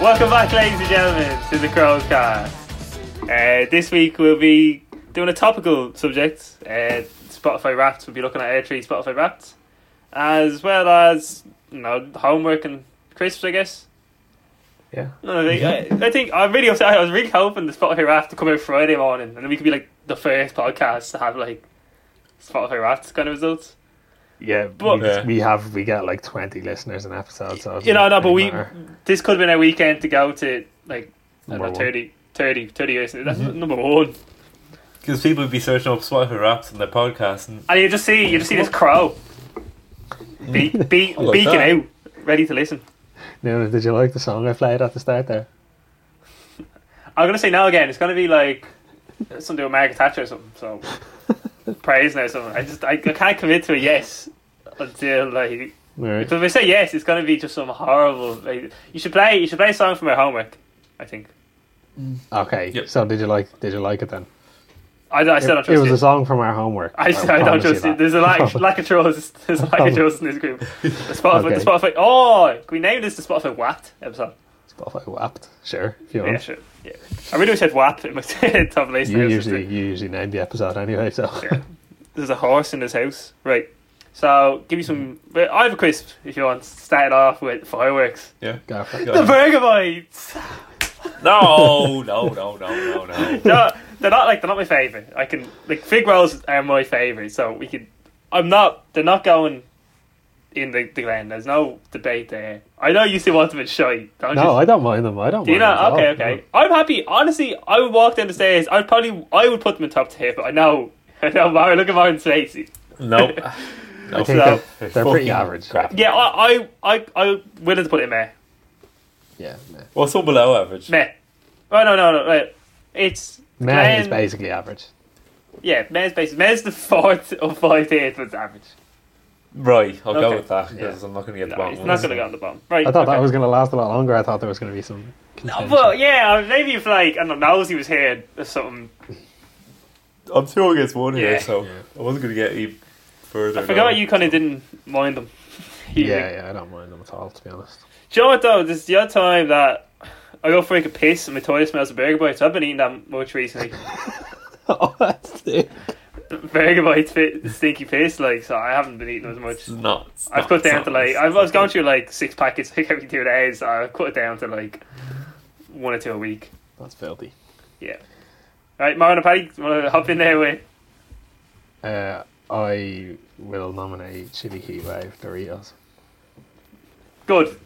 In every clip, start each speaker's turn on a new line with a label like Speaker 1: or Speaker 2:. Speaker 1: Welcome back, ladies and gentlemen, to the Crows Cast. Uh, this week we'll be doing a topical subject. Uh, Spotify Wrapped. We'll be looking at Air Tree Spotify Wrapped, as well as you know homework and crisps, I guess.
Speaker 2: Yeah.
Speaker 1: No, I think, I, I think I'm really upset. I was really hoping the Spotify Wrapped to come out Friday morning, and then we could be like the first podcast to have like Spotify Wrapped kind of results.
Speaker 2: Yeah,
Speaker 1: But-
Speaker 2: we, we have we get like twenty listeners an episode, so it
Speaker 1: You know, no,
Speaker 2: doesn't
Speaker 1: but we
Speaker 2: matter.
Speaker 1: this could have been a weekend to go to like I don't
Speaker 2: Number
Speaker 1: know,
Speaker 2: one. Mm-hmm.
Speaker 1: 30, 30, 30 listeners. That's number one.
Speaker 3: Because people would be searching up Spotify raps and their podcasts, and
Speaker 1: And you just see, you just see this crow, be, be,
Speaker 3: I like
Speaker 1: beaking
Speaker 3: that.
Speaker 1: out, ready to listen.
Speaker 2: Now, did you like the song I played at the start there?
Speaker 1: I'm gonna say no again. It's gonna be like something to do with Margaret Thatcher or something. So praise now or something. I just I, I can't commit to a yes until like
Speaker 2: Alright.
Speaker 1: because if I say yes, it's gonna be just some horrible. Like, you should play. You should play a song from her homework. I think.
Speaker 2: Okay.
Speaker 3: Yep.
Speaker 2: So did you like did you like it then?
Speaker 1: I, I still don't
Speaker 2: it, it
Speaker 1: trust
Speaker 2: was
Speaker 1: you.
Speaker 2: a song from our homework.
Speaker 1: I, still, I don't
Speaker 2: promise you
Speaker 1: trust it.
Speaker 2: that.
Speaker 1: There's a lack, lack of trust. There's a lack of trust in this group. The Spotify,
Speaker 2: Okay.
Speaker 1: the Spotify. Oh, can we name this the Spotify What episode?
Speaker 2: Spotify Wapped. Sure, if you
Speaker 1: Yeah,
Speaker 2: want.
Speaker 1: sure. Yeah. I really wish I'd WAP in my top list.
Speaker 2: you
Speaker 1: There's
Speaker 2: usually you usually name the episode anyway, so
Speaker 1: Yeah. There's a horse in his house. Right. So, give me some. well, I have a crisp if you want. Start it off with fireworks.
Speaker 3: yeah.
Speaker 2: go for it.
Speaker 3: Go
Speaker 1: The
Speaker 3: on.
Speaker 1: Burger Bites!
Speaker 3: No, no, no, no, no, no.
Speaker 1: they're, not, they're not like they're not my favourite. I can like fig rolls are my favourite, so we could. I'm not. They're not going in the, the Glen. There's no debate there. I know you still want them in shite. Don't
Speaker 2: No,
Speaker 1: you?
Speaker 2: I don't mind them. I don't
Speaker 1: Do you
Speaker 2: mind them
Speaker 1: know?
Speaker 2: at
Speaker 1: Okay,
Speaker 2: all.
Speaker 1: okay. I'm happy. Honestly, I would walk down the stairs. I'd probably. I would put them in top tier, but I know. I know. Mar, look at Martin's face.
Speaker 3: Nope.
Speaker 2: I
Speaker 3: No.
Speaker 2: think
Speaker 1: So-
Speaker 2: they're, they're pretty
Speaker 3: Fucking
Speaker 2: average.
Speaker 3: crap.
Speaker 1: Yeah, I, I, I, I'm willing to put it in there.
Speaker 2: Yeah. Meh,
Speaker 3: What's some below average?
Speaker 1: Meh. Oh no, no, no. Right. It's
Speaker 2: Meh is
Speaker 1: Glen-
Speaker 2: basically average.
Speaker 1: Yeah, Meh's basically Meh's the fourth or five tier for damage.
Speaker 3: Right, I'll
Speaker 1: Okay.
Speaker 3: go with that because I'm not going to get the
Speaker 1: No,
Speaker 3: bottom
Speaker 1: it's
Speaker 3: one.
Speaker 1: not going to go on the bottom. Right.
Speaker 2: I thought
Speaker 1: okay.
Speaker 2: that was going to last a lot longer. I thought there was going to be some. No,
Speaker 1: Well, yeah, uh, maybe if like I don't know, Nosey was here or something.
Speaker 3: I'm two against one
Speaker 1: Yeah.
Speaker 3: here, so
Speaker 2: Yeah.
Speaker 3: I wasn't going to get any further.
Speaker 1: I forgot
Speaker 3: no.
Speaker 1: you kind of didn't mind them. You-
Speaker 2: yeah, yeah, I don't mind them at all, to be honest.
Speaker 1: Do you know what though? This is the other time that I go for like a piss and my toilet smells of burger bites. I've been eating that much recently.
Speaker 2: oh, that's it.
Speaker 1: burger bites, fit, stinky piss. Like so, I haven't been eating as much.
Speaker 3: It's not. it's
Speaker 1: I've
Speaker 3: not-
Speaker 1: cut down
Speaker 3: it's
Speaker 1: to
Speaker 3: not-
Speaker 1: like
Speaker 3: it's
Speaker 1: I
Speaker 3: not
Speaker 1: was going
Speaker 3: good.
Speaker 1: through like six packets like every two days. So I've cut it down to like one or two a week.
Speaker 2: That's filthy.
Speaker 1: Yeah. Right, Martin and Paddy, want to hop in there with?
Speaker 2: Uh, I will nominate Chili Heat Wave Doritos.
Speaker 1: Good.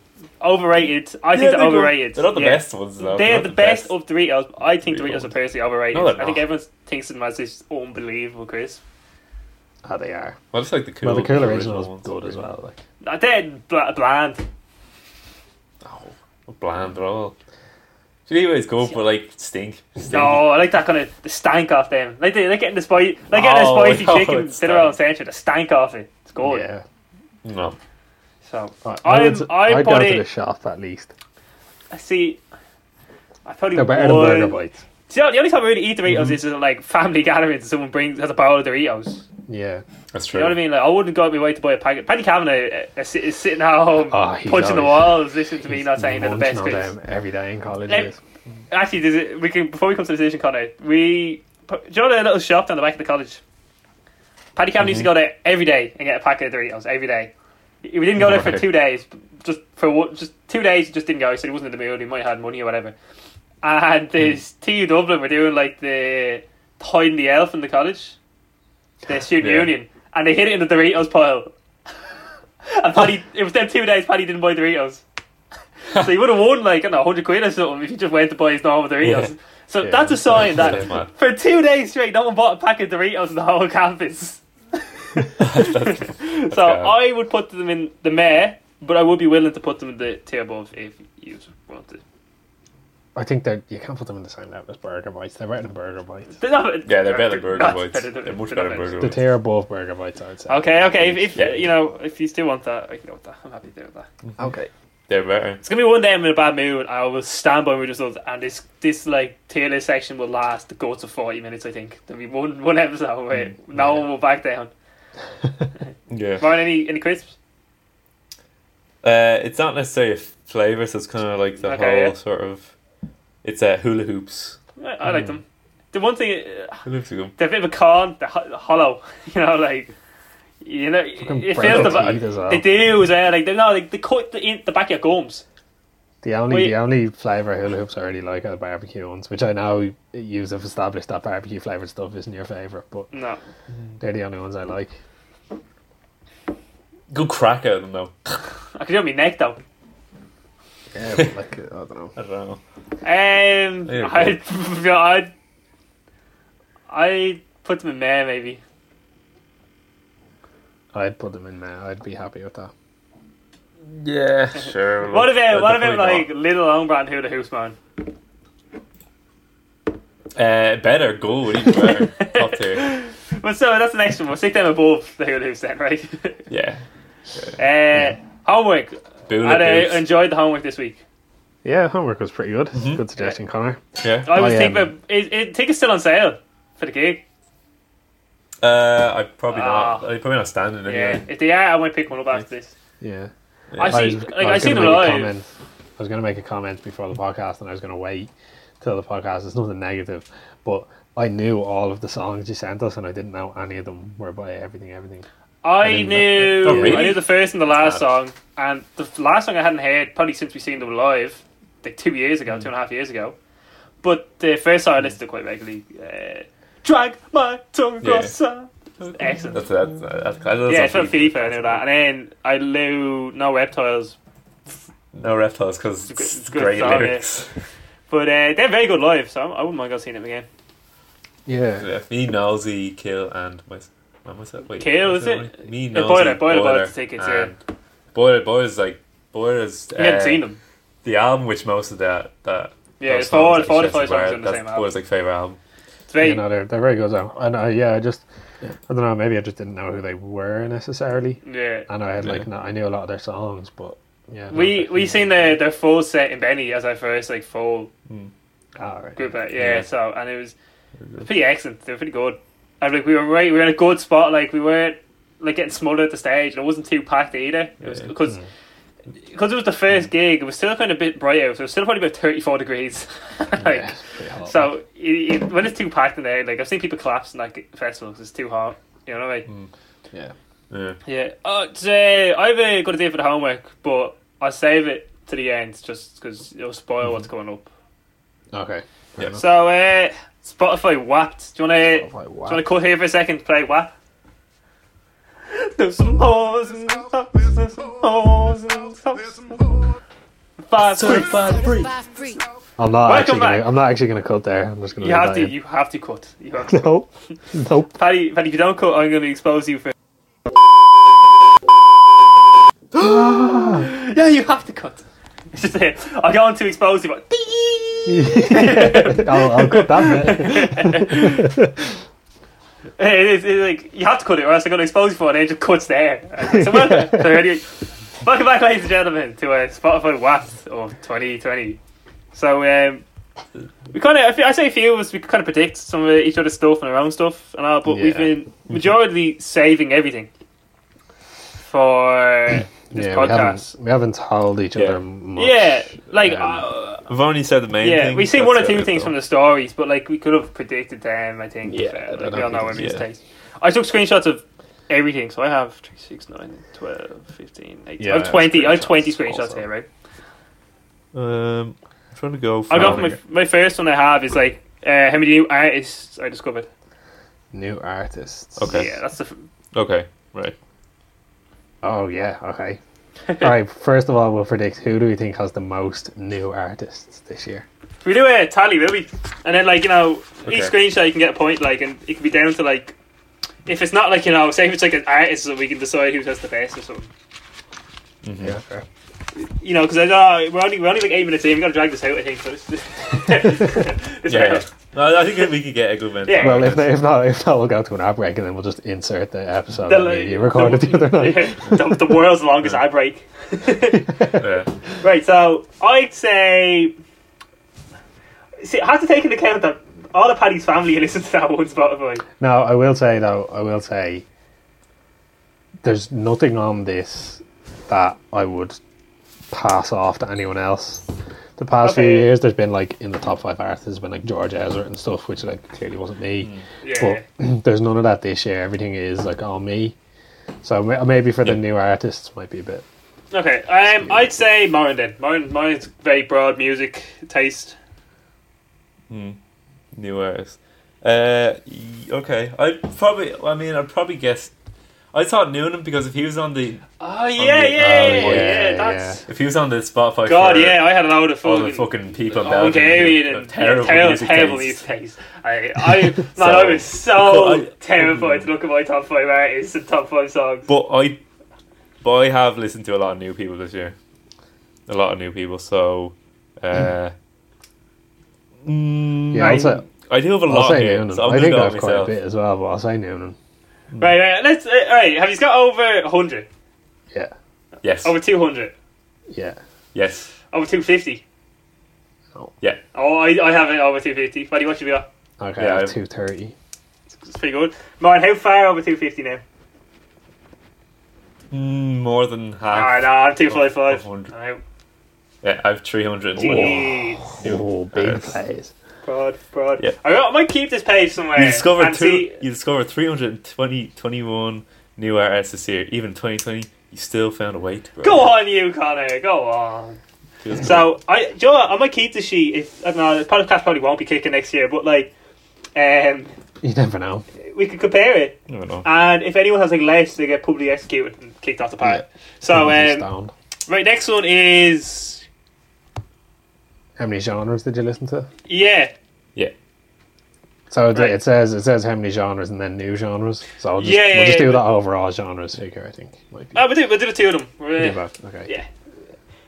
Speaker 1: Overrated. I
Speaker 3: Yeah,
Speaker 1: think they're,
Speaker 3: they're good.
Speaker 1: overrated.
Speaker 3: They're not the
Speaker 1: Yeah.
Speaker 3: best ones, though.
Speaker 1: They're
Speaker 3: not
Speaker 1: the, best, of Doritos. I think Doritos,
Speaker 3: Doritos.
Speaker 1: are personally overrated.
Speaker 3: No, they're
Speaker 1: I think
Speaker 3: not.
Speaker 1: everyone thinks of them as this unbelievable crisp.
Speaker 2: Ah, they are.
Speaker 3: Well, it's like the cool.
Speaker 2: well, the Cool Original is
Speaker 3: ones.
Speaker 2: good as well. Like,
Speaker 1: No, They're bl- bland.
Speaker 3: Oh, bland at all. Anyway, it's good, but like stink.
Speaker 1: No, I like that kind of the stank off them. Like they, they're getting the spicy, like getting
Speaker 3: Oh,
Speaker 1: a spicy
Speaker 3: no,
Speaker 1: chicken
Speaker 3: it's
Speaker 1: dinner on century. The stank off it. It's good.
Speaker 2: Yeah.
Speaker 3: No.
Speaker 1: So
Speaker 2: I,
Speaker 1: I'm-
Speaker 2: would,
Speaker 1: I
Speaker 2: I'd go
Speaker 1: put
Speaker 2: to
Speaker 1: it-
Speaker 2: the shop at least.
Speaker 1: I see. I probably
Speaker 2: They're better than
Speaker 1: would.
Speaker 2: Burger Bites.
Speaker 1: See, the only time I really eat Doritos is at, like family gatherings and someone brings has a bowl of Doritos.
Speaker 2: Yeah.
Speaker 3: That's
Speaker 1: You
Speaker 3: true.
Speaker 1: know what I mean? Like, I wouldn't go out of my way to buy a packet. Paddy Kavanagh uh, is is sitting at home,
Speaker 2: Oh, he's
Speaker 1: punching the
Speaker 2: always-
Speaker 1: walls, listening to me not saying they're the best.
Speaker 2: Munching on
Speaker 1: crisps.
Speaker 2: them every day in college.
Speaker 1: Let-
Speaker 2: years.
Speaker 1: Actually, does it, we can before we come to the decision, Connor. We do you know the little shop down the back of the college? Paddy Cameron
Speaker 3: Mm-hmm.
Speaker 1: used to go there every day and get a packet of Doritos every day. We didn't go there for
Speaker 3: Right.
Speaker 1: two days, just for one- just two days. He just didn't go, so he wasn't in the mood. He might have had money or whatever.
Speaker 3: Hmm.
Speaker 1: And this TU Dublin were doing like the hiding the elf in the college, their student
Speaker 3: Yeah.
Speaker 1: union, and they hid it in the Doritos pile. and Paddy, it was them two days. Paddy didn't buy Doritos. So he would have won like I don't know, hundred quid or something if he just went to buy his normal Doritos.
Speaker 3: Yeah.
Speaker 1: So
Speaker 2: Yeah.
Speaker 1: that's a sign
Speaker 3: That's
Speaker 1: that
Speaker 3: mad.
Speaker 1: for two days straight, no one bought a pack of Doritos in the whole campus.
Speaker 3: That's- that's
Speaker 1: So
Speaker 3: bad.
Speaker 1: I would put them in the mayor, but I would be willing to put them in the tier above if you wanted.
Speaker 2: I think that you can't put them in the same level as Burger Bites. They're better than Burger Bites.
Speaker 1: They're not-
Speaker 3: Yeah, they're better burger
Speaker 1: not
Speaker 3: bites.
Speaker 1: better than-
Speaker 3: They're much
Speaker 1: they're
Speaker 3: better
Speaker 1: not
Speaker 3: burger
Speaker 2: The
Speaker 3: bites.
Speaker 2: tier above Burger Bites, I would say.
Speaker 1: Okay, okay. If, if
Speaker 3: Yeah.
Speaker 1: you know, if you still want that, I can go with that. I'm happy to do that.
Speaker 2: Okay.
Speaker 3: They're better.
Speaker 1: It's gonna be one day I'm in a bad mood. I will stand by my results, and this this like tier list section will last the go to forty minutes. I think there'll be one one episode where no one will back down.
Speaker 3: Yeah.
Speaker 1: Ryan, any any crisps?
Speaker 3: Uh, it's not necessarily a flavor, so it's kind of like the
Speaker 1: Okay,
Speaker 3: whole
Speaker 1: yeah.
Speaker 3: sort of. It's uh, hula hoops.
Speaker 1: I, I like them. The one thing, uh,
Speaker 3: Hula hoops are good.
Speaker 1: they're a bit of a con, they're ho- hollow. You know, like you know,
Speaker 2: Fucking
Speaker 1: it
Speaker 2: break
Speaker 1: feels
Speaker 2: the
Speaker 1: the ba-
Speaker 2: teeth as well.
Speaker 1: they do as well. Like they're not like they cut the, in, the back of your gums.
Speaker 2: The only
Speaker 1: Wait.
Speaker 2: the only flavor hula hoops I really like are the barbecue ones, which I know you have established that barbecue flavored stuff isn't your favorite, but
Speaker 1: No,
Speaker 2: they're the only ones I like.
Speaker 3: Good crack out of them though.
Speaker 1: I could do it on my neck though.
Speaker 2: Yeah, but like I don't know.
Speaker 3: I don't know.
Speaker 1: Um,
Speaker 3: There you
Speaker 1: I'd, I'd, I'd put them in there maybe.
Speaker 2: I'd put them in there. I'd be happy with that.
Speaker 3: Yeah, sure.
Speaker 1: What about
Speaker 3: I'd
Speaker 1: what about
Speaker 3: definitely
Speaker 1: like little own brand Who the Hoops man?
Speaker 3: not. Uh, better go would even better. Top tier.
Speaker 1: Well, so that's the next one. We'll stick them above the Who the Hoops then, right?
Speaker 3: Yeah.
Speaker 1: uh, Homework.
Speaker 3: Boon
Speaker 1: And
Speaker 3: hoops.
Speaker 1: I enjoyed the homework this week.
Speaker 2: Yeah, homework was pretty good.
Speaker 1: Mm-hmm.
Speaker 2: Good suggestion, Connor.
Speaker 3: yeah.
Speaker 1: I was
Speaker 2: I,
Speaker 1: thinking
Speaker 2: um,
Speaker 1: about is, is tickets still on sale for the gig?
Speaker 3: Uh, I probably
Speaker 1: Ah.
Speaker 3: not. I'm probably not standing
Speaker 1: Yeah.
Speaker 3: anyway.
Speaker 1: If they are, I might pick one up after this.
Speaker 2: Yeah.
Speaker 1: I see.
Speaker 2: was-
Speaker 1: Like
Speaker 2: was
Speaker 1: I, see
Speaker 2: gonna
Speaker 1: them
Speaker 2: make a
Speaker 1: live.
Speaker 2: comment- I was going to make a comment before the podcast, and I was going to wait till the podcast. It's nothing negative, but I knew all of the songs you sent us, and I didn't know any of them were by Everything Everything. I
Speaker 1: I
Speaker 2: didn't know-
Speaker 1: knew.
Speaker 3: Oh, really?
Speaker 1: I knew the first and the last
Speaker 3: Sad.
Speaker 1: song, and the f- last song I hadn't heard probably since we seen them live, like two years ago, two and a half years ago. But the first
Speaker 3: Hmm.
Speaker 1: song I listened to quite regularly. Uh, Drag my tongue across. sand. Excellent.
Speaker 3: That's that's that's, that's, that's
Speaker 1: yeah,
Speaker 3: on
Speaker 1: it's from
Speaker 3: Phoebe.
Speaker 1: FIFA, I knew that. And then I knew No Reptiles,
Speaker 3: No reptiles because
Speaker 1: It's a
Speaker 3: it's,
Speaker 1: good- it's a good
Speaker 3: great
Speaker 1: song, yeah.
Speaker 3: lyrics.
Speaker 1: but uh, they're very good live, so I wouldn't mind going seeing them again.
Speaker 2: Yeah.
Speaker 3: Yeah, Me, Nosy, Kill, and my. What was that? Wait,
Speaker 1: Kill,
Speaker 3: what's
Speaker 1: is
Speaker 3: that
Speaker 1: it?
Speaker 3: one? Me,
Speaker 1: Yeah,
Speaker 3: Nosy, Boiler,
Speaker 1: Boiler, Boiler
Speaker 3: Boiler,
Speaker 1: bought the tickets, yeah.
Speaker 3: and Boiler, Boiler's like Boiler's.
Speaker 1: We hadn't seen them.
Speaker 3: The album, which most of that Uh, that
Speaker 1: Yeah,
Speaker 3: those
Speaker 1: it's four,
Speaker 3: songs,
Speaker 1: four to
Speaker 3: like
Speaker 1: five songs
Speaker 3: Shazam,
Speaker 1: on the same
Speaker 3: that's
Speaker 1: album.
Speaker 3: Boiler's like favorite album.
Speaker 1: It's very,
Speaker 2: You know, they're, they're very good though. And I, yeah, I just, I don't know, maybe I just didn't know who they were necessarily.
Speaker 1: yeah.
Speaker 2: And I had like,
Speaker 3: Yeah.
Speaker 2: no, I knew a lot of their songs, but yeah. no,
Speaker 1: We
Speaker 2: but-
Speaker 1: we seen their their full set in Benny as our first like full
Speaker 2: Ah, right.
Speaker 1: group uh, out, yeah,
Speaker 3: Yeah.
Speaker 1: So and it was pretty excellent. They were pretty good. And like we were right, we were in a good spot. Like we weren't like getting smothered at the stage, and it wasn't too packed either. It was
Speaker 3: Yeah.
Speaker 1: because. Because it was the first gig, it was still kind of a bit bright out, so it was still probably about 34 degrees. like,
Speaker 2: Yeah, it's pretty hot.
Speaker 1: So it, it, when it's too packed in there, like I've seen people collapse in like festivals, it's too hot. You know what I mean?
Speaker 2: yeah.
Speaker 3: Yeah.
Speaker 1: Yeah. Uh, today I've uh, got a day for the homework, but I save it to the end just because it'll spoil what's coming up.
Speaker 2: Okay.
Speaker 3: Yeah.
Speaker 2: So,
Speaker 1: So uh, Spotify Wapped. Do you want to? Do you want to cut here for a second to play WAP? There's some hoes and some hoes and some hoes and some five three.
Speaker 4: Five free.
Speaker 2: I'm not
Speaker 1: Welcome
Speaker 2: actually. Gonna,
Speaker 1: back.
Speaker 2: I'm not actually going to cut there. I'm just going
Speaker 1: You have
Speaker 2: that
Speaker 1: to.
Speaker 2: in.
Speaker 1: You have to cut. You have to.
Speaker 2: No, nope.
Speaker 1: Paddy, Paddy, if you don't cut, I'm going to expose you for. yeah, you have to cut. It's just here. I go on to expose you, but.
Speaker 2: I'll, I'll cut that
Speaker 1: Hey, It's, it's like you have to cut it, or else I'm going to expose you for it. And it just cuts there. So welcome, so anyway, welcome back, ladies and gentlemen, to uh, Spotify West of 2020. So um, we kind of, I, feel- I say a few of us, we kind of predict some of each other's stuff and our own stuff and all, but we've
Speaker 2: Yeah. Mm-hmm.
Speaker 1: been majorly saving everything for
Speaker 2: bit.
Speaker 1: this
Speaker 2: yeah, we haven't,
Speaker 1: podcast.
Speaker 2: we haven't told each
Speaker 3: Yeah.
Speaker 2: other much.
Speaker 1: Yeah, like
Speaker 2: Um,
Speaker 1: uh,
Speaker 3: We've only said the main.
Speaker 1: yeah,
Speaker 3: thing,
Speaker 1: we see
Speaker 3: that's
Speaker 1: one or
Speaker 3: it,
Speaker 1: two things
Speaker 3: so.
Speaker 1: from the stories, but like we could have predicted them. I think.
Speaker 3: Yeah,
Speaker 1: uh,
Speaker 3: I
Speaker 1: like,
Speaker 2: don't
Speaker 1: we all know
Speaker 2: think
Speaker 1: where
Speaker 3: it's- yeah.
Speaker 1: yeah. takes. I took screenshots of everything, so I have 3, 6, 9, 12, 15, 18.
Speaker 2: Yeah,
Speaker 1: I
Speaker 2: I
Speaker 1: have
Speaker 2: have
Speaker 1: 20. I have 20
Speaker 2: screenshots
Speaker 1: screenshots
Speaker 2: also.
Speaker 1: here, right?
Speaker 3: Um, I'm trying to go.
Speaker 1: I
Speaker 3: From,
Speaker 1: got my my first one I have is like uh, how many new artists I discovered.
Speaker 2: New artists.
Speaker 3: Okay.
Speaker 1: Yeah, that's the. f-
Speaker 3: Okay. Right.
Speaker 2: Oh yeah. Okay. All right. First of all, we'll predict who do we think has the most new artists this year.
Speaker 1: We do a tally, will we? And then like you know, each
Speaker 3: Okay.
Speaker 1: screenshot you can get a point, like, and it could be down to like. If it's not like you know, say if it's like an artist, so we can decide who has the best or something.
Speaker 3: Mm-hmm.
Speaker 2: Yeah.
Speaker 1: you know, because I know we're only we're only like eight minutes in. We gotta drag this out. I think so. This, this
Speaker 3: Yeah. yeah. No, I think we could get a good man.
Speaker 1: Yeah.
Speaker 2: Well, if, if not, if not, we'll go to an ad break and then we'll just insert the episode
Speaker 1: The-
Speaker 2: that you recorded the, other night.
Speaker 1: yeah, the, the world's longest eye break.
Speaker 3: Yeah.
Speaker 1: Right, so I'd say. See, I have to take into account that all of Paddy's family listen to that one Spotify.
Speaker 2: No, I will say though, I will say there's nothing on this that I would pass off to anyone else. The past few
Speaker 1: Okay.
Speaker 2: years, there's been like in the top five artists, there's been like George Ezra and stuff, which like clearly wasn't me.
Speaker 1: Yeah.
Speaker 2: But there's none of that this year. Everything is like on me. So ma- maybe for the
Speaker 3: Yeah.
Speaker 2: new artists, might be a bit.
Speaker 1: okay. Um, I'd say Moran then. Moran, Moran's very broad music taste.
Speaker 3: New artist. Uh, y- okay. I probably. I mean, I probably guess. I thought Noonan because if he was on the
Speaker 1: Oh yeah,
Speaker 3: the-
Speaker 1: yeah,
Speaker 3: oh,
Speaker 1: yeah,
Speaker 3: yeah,
Speaker 1: yeah,
Speaker 2: yeah.
Speaker 1: That's
Speaker 3: if he was on the Spotify.
Speaker 1: God.
Speaker 3: for
Speaker 1: Yeah, I had a load of
Speaker 3: All
Speaker 1: fucking.
Speaker 3: the fucking people
Speaker 1: Oh,
Speaker 3: in Belgium.
Speaker 1: Bulgarian and
Speaker 3: with terrible, music
Speaker 1: terrible
Speaker 3: tastes.
Speaker 1: music taste. I, I, man,
Speaker 3: So-
Speaker 1: I was so
Speaker 3: I-
Speaker 1: terrified to look at my top five artists and top five songs.
Speaker 3: But I, but I have listened to a lot of new people this year, a lot of new people. So, uh, mm,
Speaker 2: Yeah, I'll say,
Speaker 3: I do have a
Speaker 2: I'll
Speaker 3: lot
Speaker 2: say
Speaker 3: here.
Speaker 2: Noonan.
Speaker 3: So I'm
Speaker 2: I
Speaker 3: gonna
Speaker 2: think
Speaker 3: go
Speaker 2: I've
Speaker 3: with
Speaker 2: quite a
Speaker 3: myself.
Speaker 2: bit as well, but I'll say Noonan.
Speaker 1: Right, right, let's. Uh, all right, have you got over hundred?
Speaker 2: Yeah,
Speaker 3: Yes,
Speaker 1: Over two hundred?
Speaker 2: yeah.
Speaker 3: yes,
Speaker 1: Over two fifty?
Speaker 3: yeah.
Speaker 1: Oh, I, I have it over two fifty. Buddy, what should we got?
Speaker 2: Okay,
Speaker 3: Yeah, I-
Speaker 2: two thirty.
Speaker 1: It's pretty good. Martin, how far over two fifty now?
Speaker 3: Mm, more than
Speaker 1: Ah,
Speaker 3: half.
Speaker 1: no, I'm
Speaker 3: oh,
Speaker 1: two five five.
Speaker 3: 100.
Speaker 1: I'm out.
Speaker 3: Yeah, I have three hundred.
Speaker 1: Jeez.
Speaker 2: Oh, big
Speaker 3: Yes.
Speaker 2: plays.
Speaker 1: Broad, broad.
Speaker 3: Yeah.
Speaker 1: I, got- I might keep this page somewhere.
Speaker 3: You discovered
Speaker 1: and
Speaker 3: two.
Speaker 1: see-
Speaker 3: You discovered 320, 21 new artists this year. Even twenty twenty, you still found a way to grow.
Speaker 1: Go on, you Connor. Go on.
Speaker 3: Feels good.
Speaker 1: So I, do you know what, I might keep the sheet. If I don't know, the podcast probably won't be kicking next year, but like, um,
Speaker 2: You never know.
Speaker 1: we could compare it.
Speaker 3: I don't know.
Speaker 1: And if anyone has like less, they get publicly executed and kicked off the park. So
Speaker 2: Nobody's
Speaker 1: um,
Speaker 2: down.
Speaker 1: right, next one is
Speaker 2: How many genres did you listen to?
Speaker 1: yeah,
Speaker 3: yeah.
Speaker 2: So it-
Speaker 1: Right.
Speaker 2: it says it says how many genres and then new genres. So I'll just,
Speaker 1: Yeah, yeah,
Speaker 2: we'll just
Speaker 1: yeah,
Speaker 2: do
Speaker 1: but-
Speaker 2: that overall genres figure. I think might be.
Speaker 1: oh, we did we did the two of them. We're, uh,
Speaker 2: Yeah, but- okay.
Speaker 1: yeah.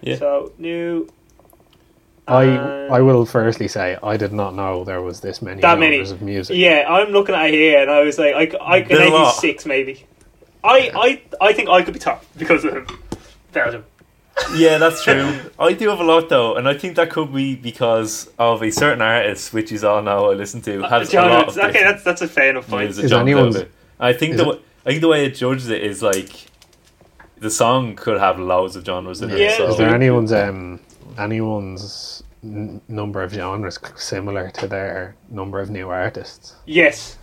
Speaker 3: Yeah.
Speaker 1: So new.
Speaker 2: I
Speaker 1: and-
Speaker 2: I will firstly say I did not know there was this many
Speaker 1: That many.
Speaker 2: genres of music.
Speaker 1: Yeah, I'm looking at it here, and I was like, I, I can
Speaker 3: There's a lot.
Speaker 1: eighty six maybe. I, I I think I could be top because of him. Belgium.
Speaker 3: Yeah, that's true. I do have a lot though, and I think that could be because of a certain artist, which is all now I listen to, has
Speaker 1: John,
Speaker 3: a lot of
Speaker 1: Uh, okay, that's that's a fair enough point.
Speaker 3: music
Speaker 2: Is
Speaker 3: genres
Speaker 2: anyone's-
Speaker 3: out there. I think
Speaker 2: is
Speaker 3: the
Speaker 2: it-
Speaker 3: way, I think the way it judges it is like the song could have loads of genres in it.
Speaker 1: Yeah.
Speaker 3: so
Speaker 2: Is there anyone's um anyone's n- number of genres c- similar to their number of new artists?
Speaker 1: Yes,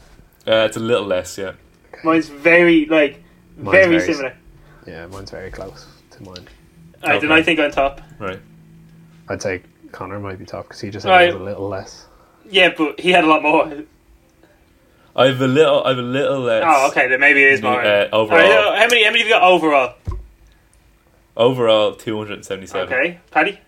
Speaker 3: Uh, it's a little less, yeah.
Speaker 1: mine's very like
Speaker 2: Mine's
Speaker 1: very
Speaker 2: very
Speaker 1: similar.
Speaker 2: Yeah, mine's very close to mine.
Speaker 1: Alright, then
Speaker 3: Okay.
Speaker 1: I think on top.
Speaker 3: Right.
Speaker 2: I'd say Connor might be top because he just said
Speaker 1: Right.
Speaker 2: it was a little less.
Speaker 1: Yeah, but he had a lot more.
Speaker 3: I have a little. I have a little less.
Speaker 1: Oh, okay, then maybe it is
Speaker 3: Yeah,
Speaker 1: more.
Speaker 3: uh, overall.
Speaker 1: Alright, uh, how many? How many have you got overall?
Speaker 3: Overall, two hundred seventy-seven.
Speaker 1: Okay, Paddy.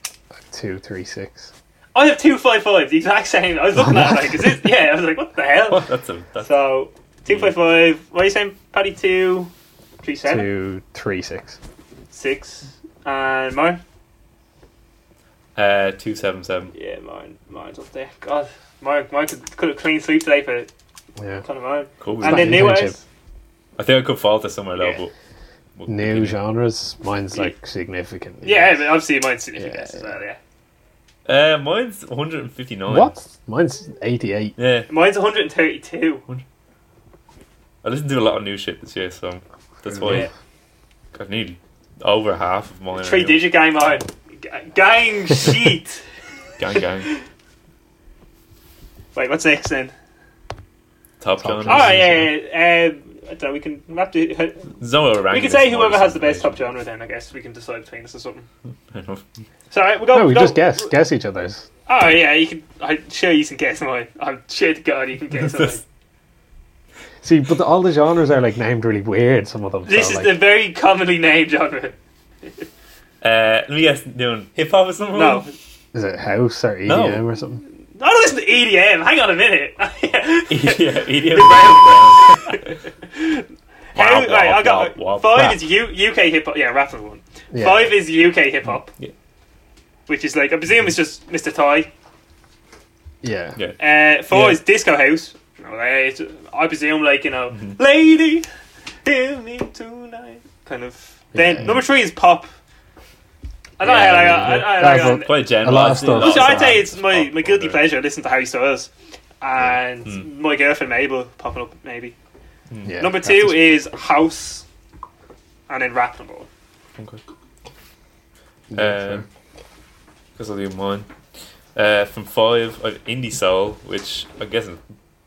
Speaker 2: Two, three, six.
Speaker 1: I have two five five, the exact same. I was looking at it like, is this? Yeah, I was like, what the
Speaker 3: Oh,
Speaker 1: hell?
Speaker 3: that's a that's
Speaker 1: So two five five. What are you saying, Paddy? Two, three seven.
Speaker 2: Two, three, six.
Speaker 1: six. And mine?
Speaker 3: uh, two seven seven.
Speaker 1: Yeah, mine. Mine's up there. God, mine, mine could, could have clean sweep today for
Speaker 2: Yeah.
Speaker 1: kind of mine.
Speaker 3: Cool.
Speaker 1: And then
Speaker 2: Back in
Speaker 1: new
Speaker 2: friendship.
Speaker 1: eyes.
Speaker 3: I think I could fall to somewhere low,
Speaker 1: Yeah.
Speaker 3: but, but
Speaker 2: New genres, mine's like significant.
Speaker 1: Yeah, but obviously mine's significant
Speaker 2: Yeah.
Speaker 1: as well, yeah.
Speaker 3: Uh, mine's one hundred and fifty-nine.
Speaker 2: What? Mine's 88.
Speaker 3: Yeah,
Speaker 1: Mine's 132.
Speaker 3: I listened to a lot of new shit this year, so that's why
Speaker 1: Yeah.
Speaker 3: I've needed over half of mine.
Speaker 1: Three digit game mine. G- Gang sheet!
Speaker 3: Gang gang.
Speaker 1: Wait, what's next then?
Speaker 3: Top
Speaker 2: Top
Speaker 3: genres.
Speaker 2: genres.
Speaker 1: Oh, yeah, yeah. Um, I don't know, we can wrap to.
Speaker 3: There's no way
Speaker 1: We can say whoever has the best top genre then, I guess. We can decide between us or something.
Speaker 3: genre.
Speaker 1: So, alright, we'll go.
Speaker 2: no, we
Speaker 1: go-
Speaker 2: just guess. Guess each other's.
Speaker 1: Oh, yeah, you can. I'm sure you can guess mine. I'm sure to God you can guess mine.
Speaker 2: See, but the, all the genres are like named really weird, some of them.
Speaker 1: This
Speaker 2: so,
Speaker 1: is
Speaker 2: like,
Speaker 1: the very commonly named genre.
Speaker 3: Uh, let me guess. Doing hip hop is
Speaker 2: Hmm.
Speaker 3: number
Speaker 1: No.
Speaker 3: one.
Speaker 2: Is it house or EDM
Speaker 3: No.
Speaker 2: or something?
Speaker 1: I don't listen to EDM. Hang on a minute.
Speaker 3: yeah, idiot.
Speaker 1: How,
Speaker 3: Wah,
Speaker 1: right,
Speaker 3: wah,
Speaker 1: I got
Speaker 3: wah, wah.
Speaker 1: five
Speaker 2: Rap.
Speaker 1: is U, UK hip hop. Yeah, rap is one.
Speaker 2: Yeah.
Speaker 1: Five is UK hip hop,
Speaker 3: Yeah.
Speaker 1: which is like I presume it's just Mr. Ty.
Speaker 2: Yeah.
Speaker 3: Yeah.
Speaker 1: Uh, four
Speaker 3: Yeah.
Speaker 1: is disco house. No, eh, it's- I presume like you know,
Speaker 2: Mm-hmm.
Speaker 1: lady, hear me tonight, kind of. Then
Speaker 2: Yeah.
Speaker 1: number three is pop. I don't
Speaker 2: Yeah,
Speaker 1: know.
Speaker 2: yeah,
Speaker 1: I, I, I,
Speaker 2: yeah.
Speaker 1: I, I,
Speaker 2: That's
Speaker 3: Quite general.
Speaker 2: A lot of
Speaker 3: I'd say
Speaker 2: stuff.
Speaker 3: a lot
Speaker 1: So
Speaker 3: of
Speaker 1: I'd say
Speaker 3: rap,
Speaker 1: it's my,
Speaker 3: pop,
Speaker 1: my guilty
Speaker 3: okay.
Speaker 1: pleasure. I listen to Harry Styles and
Speaker 3: Hmm.
Speaker 1: my girlfriend Mabel popping up maybe.
Speaker 2: Yeah,
Speaker 1: Number
Speaker 2: that's
Speaker 1: two
Speaker 2: just-
Speaker 1: is House, and then rap number one.
Speaker 3: Okay.
Speaker 2: Yeah,
Speaker 3: Um, because I'll do mine. Uh, from five, I've Indie Soul, which I guess is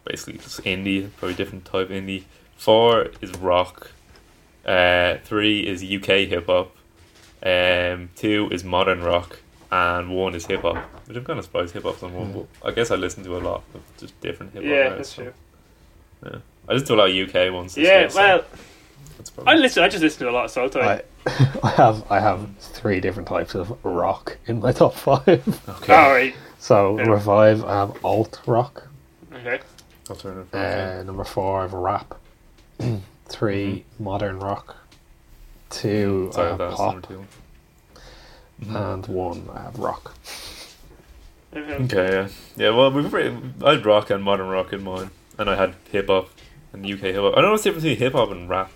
Speaker 3: basically just indie, probably different type of indie. Four is rock. Uh, three is UK hip hop. Um, two is modern rock, and one is hip hop. Which I'm kind of surprised hip hop's on one,
Speaker 2: Hmm.
Speaker 3: but I guess I listen to a lot of just different hip hop.
Speaker 1: yeah,
Speaker 3: artists,
Speaker 1: that's
Speaker 3: so-
Speaker 1: true.
Speaker 3: Yeah. I listen to a lot of UK ones. this
Speaker 1: Yeah,
Speaker 3: year, so
Speaker 1: well,
Speaker 3: that's probably-
Speaker 1: I listen. I just listen to a lot of Soul Time.
Speaker 2: I, I have I have three different types of rock in my top five.
Speaker 3: okay.
Speaker 1: All right.
Speaker 2: So
Speaker 1: Yeah.
Speaker 2: revive, I have alt rock.
Speaker 1: Okay.
Speaker 3: Alternative rock, yeah.
Speaker 2: Uh, number four, I have rap. 3 modern rock. Two, I
Speaker 3: Sorry,
Speaker 2: have
Speaker 3: that was
Speaker 2: pop,
Speaker 3: number two.
Speaker 2: and one, I have rock. Mm.
Speaker 1: Okay.
Speaker 3: Okay, yeah, yeah. Well, we pretty, I had rock and modern rock in mine, and I had hip hop and UK hip hop. I don't know what's the difference between hip hop and rap.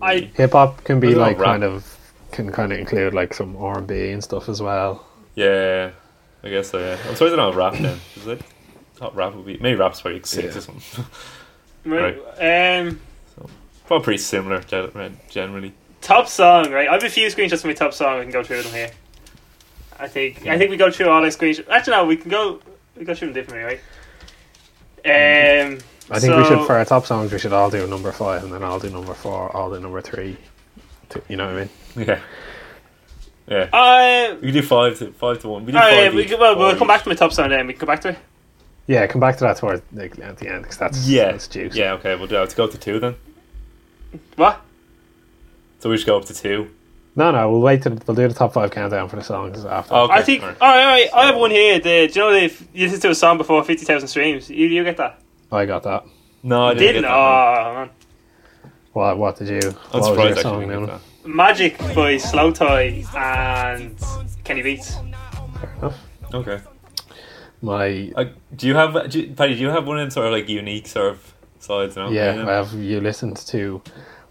Speaker 1: I
Speaker 2: Hip hop can be
Speaker 3: There's no
Speaker 2: like
Speaker 3: rap.
Speaker 2: kind of can kind of include like some R and B and stuff as well.
Speaker 3: Yeah, I guess so. Yeah, I'm sorry I don't have rap then. 'cause I thought rap would be maybe rap's probably six
Speaker 2: Yeah.
Speaker 3: or something.
Speaker 1: right. Um,
Speaker 3: Probably pretty similar gen- right, generally.
Speaker 1: top song. Right. I have a few screenshots of my top song. We can go through them here. I think. I think we go through all the screenshots. Actually, no. We can go. We go through them differently, right? Um.
Speaker 2: I think we should
Speaker 1: so-
Speaker 2: for our top songs we should all do number five and then I'll do number four, I'll do number three. Two, you know what I mean?
Speaker 3: Yeah, yeah.
Speaker 1: Uh,
Speaker 3: We can do five to five to one. We do
Speaker 1: all
Speaker 3: five
Speaker 1: right, Oh, we
Speaker 3: each,
Speaker 1: can, well, we'll
Speaker 3: five
Speaker 1: come back to my top song then. We can come back to it.
Speaker 2: Yeah, come back to that towards like, at the end because that's
Speaker 3: each. Yeah,
Speaker 2: that's juice.
Speaker 3: yeah. Okay, we'll do. Let's go up to two then.
Speaker 1: What?
Speaker 3: So we should go up to two.
Speaker 2: No, no, we'll wait. Till, we'll do the top five countdown for the songs after.
Speaker 3: Okay.
Speaker 1: I think. All
Speaker 3: alright.
Speaker 1: right, all right. I have one here. The, do you know if you listen to a song before fifty thousand streams? You, you get that?
Speaker 2: I got that.
Speaker 3: No, I didn't.
Speaker 1: Didn't?
Speaker 3: get that, no.
Speaker 1: oh man.
Speaker 2: What? What did you?
Speaker 3: I'm
Speaker 2: what was your
Speaker 3: surprised
Speaker 2: song,
Speaker 3: I didn't
Speaker 2: Nolan?
Speaker 3: get
Speaker 1: Magic by Slow Tie and Kenny Beats.
Speaker 2: Fair enough.
Speaker 3: that. Okay.
Speaker 2: My
Speaker 3: Uh, do you have do you, Paddy? Do you have one of them sort of like unique sort of sides? No?
Speaker 2: yeah, I have you listened to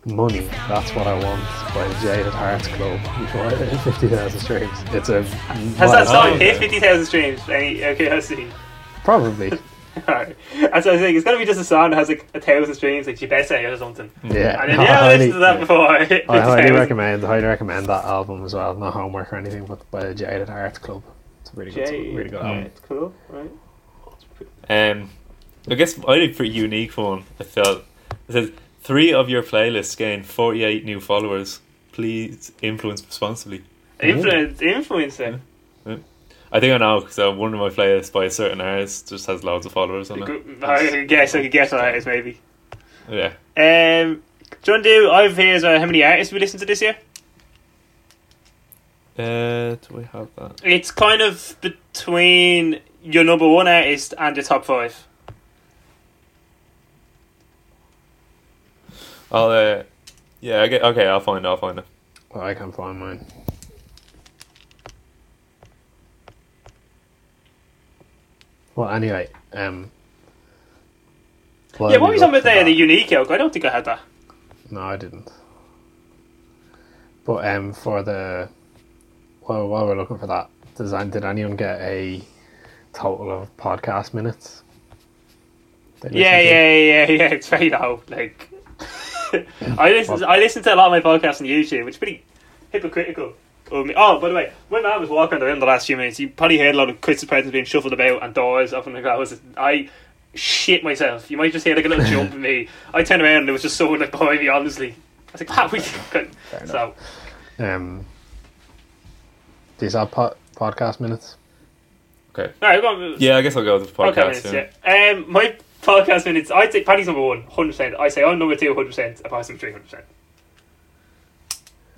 Speaker 2: "Money"? That's what I want by the Jaded Hearts Club before I hit fifty thousand streams. It's a
Speaker 1: Has that
Speaker 2: wild-
Speaker 1: song
Speaker 3: Oh,
Speaker 1: hit
Speaker 3: yeah.
Speaker 1: fifty thousand streams? Any okay, let's see.
Speaker 2: Probably.
Speaker 1: Alright. That's what I think. It's gonna be just a song that has like a thousand streams, like Jibese or something.
Speaker 2: Yeah,
Speaker 1: And if
Speaker 2: I
Speaker 1: you haven't listened to
Speaker 2: highly-
Speaker 1: that before, it hit
Speaker 2: I highly
Speaker 1: 50,000.
Speaker 2: recommend. Highly recommend that album as well. Not homework or anything, but by the Jaded Hearts Club. It's a really good,
Speaker 1: Jaded
Speaker 2: really good
Speaker 1: Yeah,
Speaker 2: album.
Speaker 1: it's cool, right?
Speaker 3: Um, I guess I did a pretty unique one. I felt it says three of your playlists gained forty eight new followers. Please influence responsibly.
Speaker 1: Influ- influencer.
Speaker 3: I think I know because uh, one of my playlists by a certain artist just has loads of followers on
Speaker 1: The
Speaker 3: it.
Speaker 1: group- I could guess I could guess what that is maybe.
Speaker 3: Yeah,
Speaker 1: Um John Dew, I've here's uh, how many artists we listened to this year?
Speaker 3: uh, do we have that?
Speaker 1: It's kind of between your number one artist and your top five.
Speaker 3: I'll uh, yeah, I get, okay, I'll find it. I'll find it.
Speaker 2: Well, I can't find mine. Well, anyway, um.
Speaker 1: yeah, what were you talking about there?
Speaker 2: there?
Speaker 1: The unique elk. I don't think I had that.
Speaker 2: No, I didn't. But um, for the while while we're looking for that design, did anyone get a total of podcast minutes? They
Speaker 1: Yeah,
Speaker 2: listened to?
Speaker 1: yeah, yeah, yeah, yeah. It's very low. Like, I listen. I listen to a lot of my podcasts on YouTube, which is pretty hypocritical. Of me. Oh, by the way, when I was walking around the last few minutes, you probably heard a lot of Chris's presents being shuffled about and doors open and closed. I shit myself. You might just hear like a little jump in me. I turned around and there was just someone like behind me. Honestly, I was like, "Pat, we couldn't." So,
Speaker 2: Um, these are po- podcast minutes.
Speaker 3: Okay,
Speaker 1: all right, go on.
Speaker 3: yeah, I guess I'll go with the podcast.
Speaker 1: Podcast minutes, yeah. Um, my podcast minutes, I'd say Paddy's number one, 100%. I say I'm number two, 100%. Apart from 300%.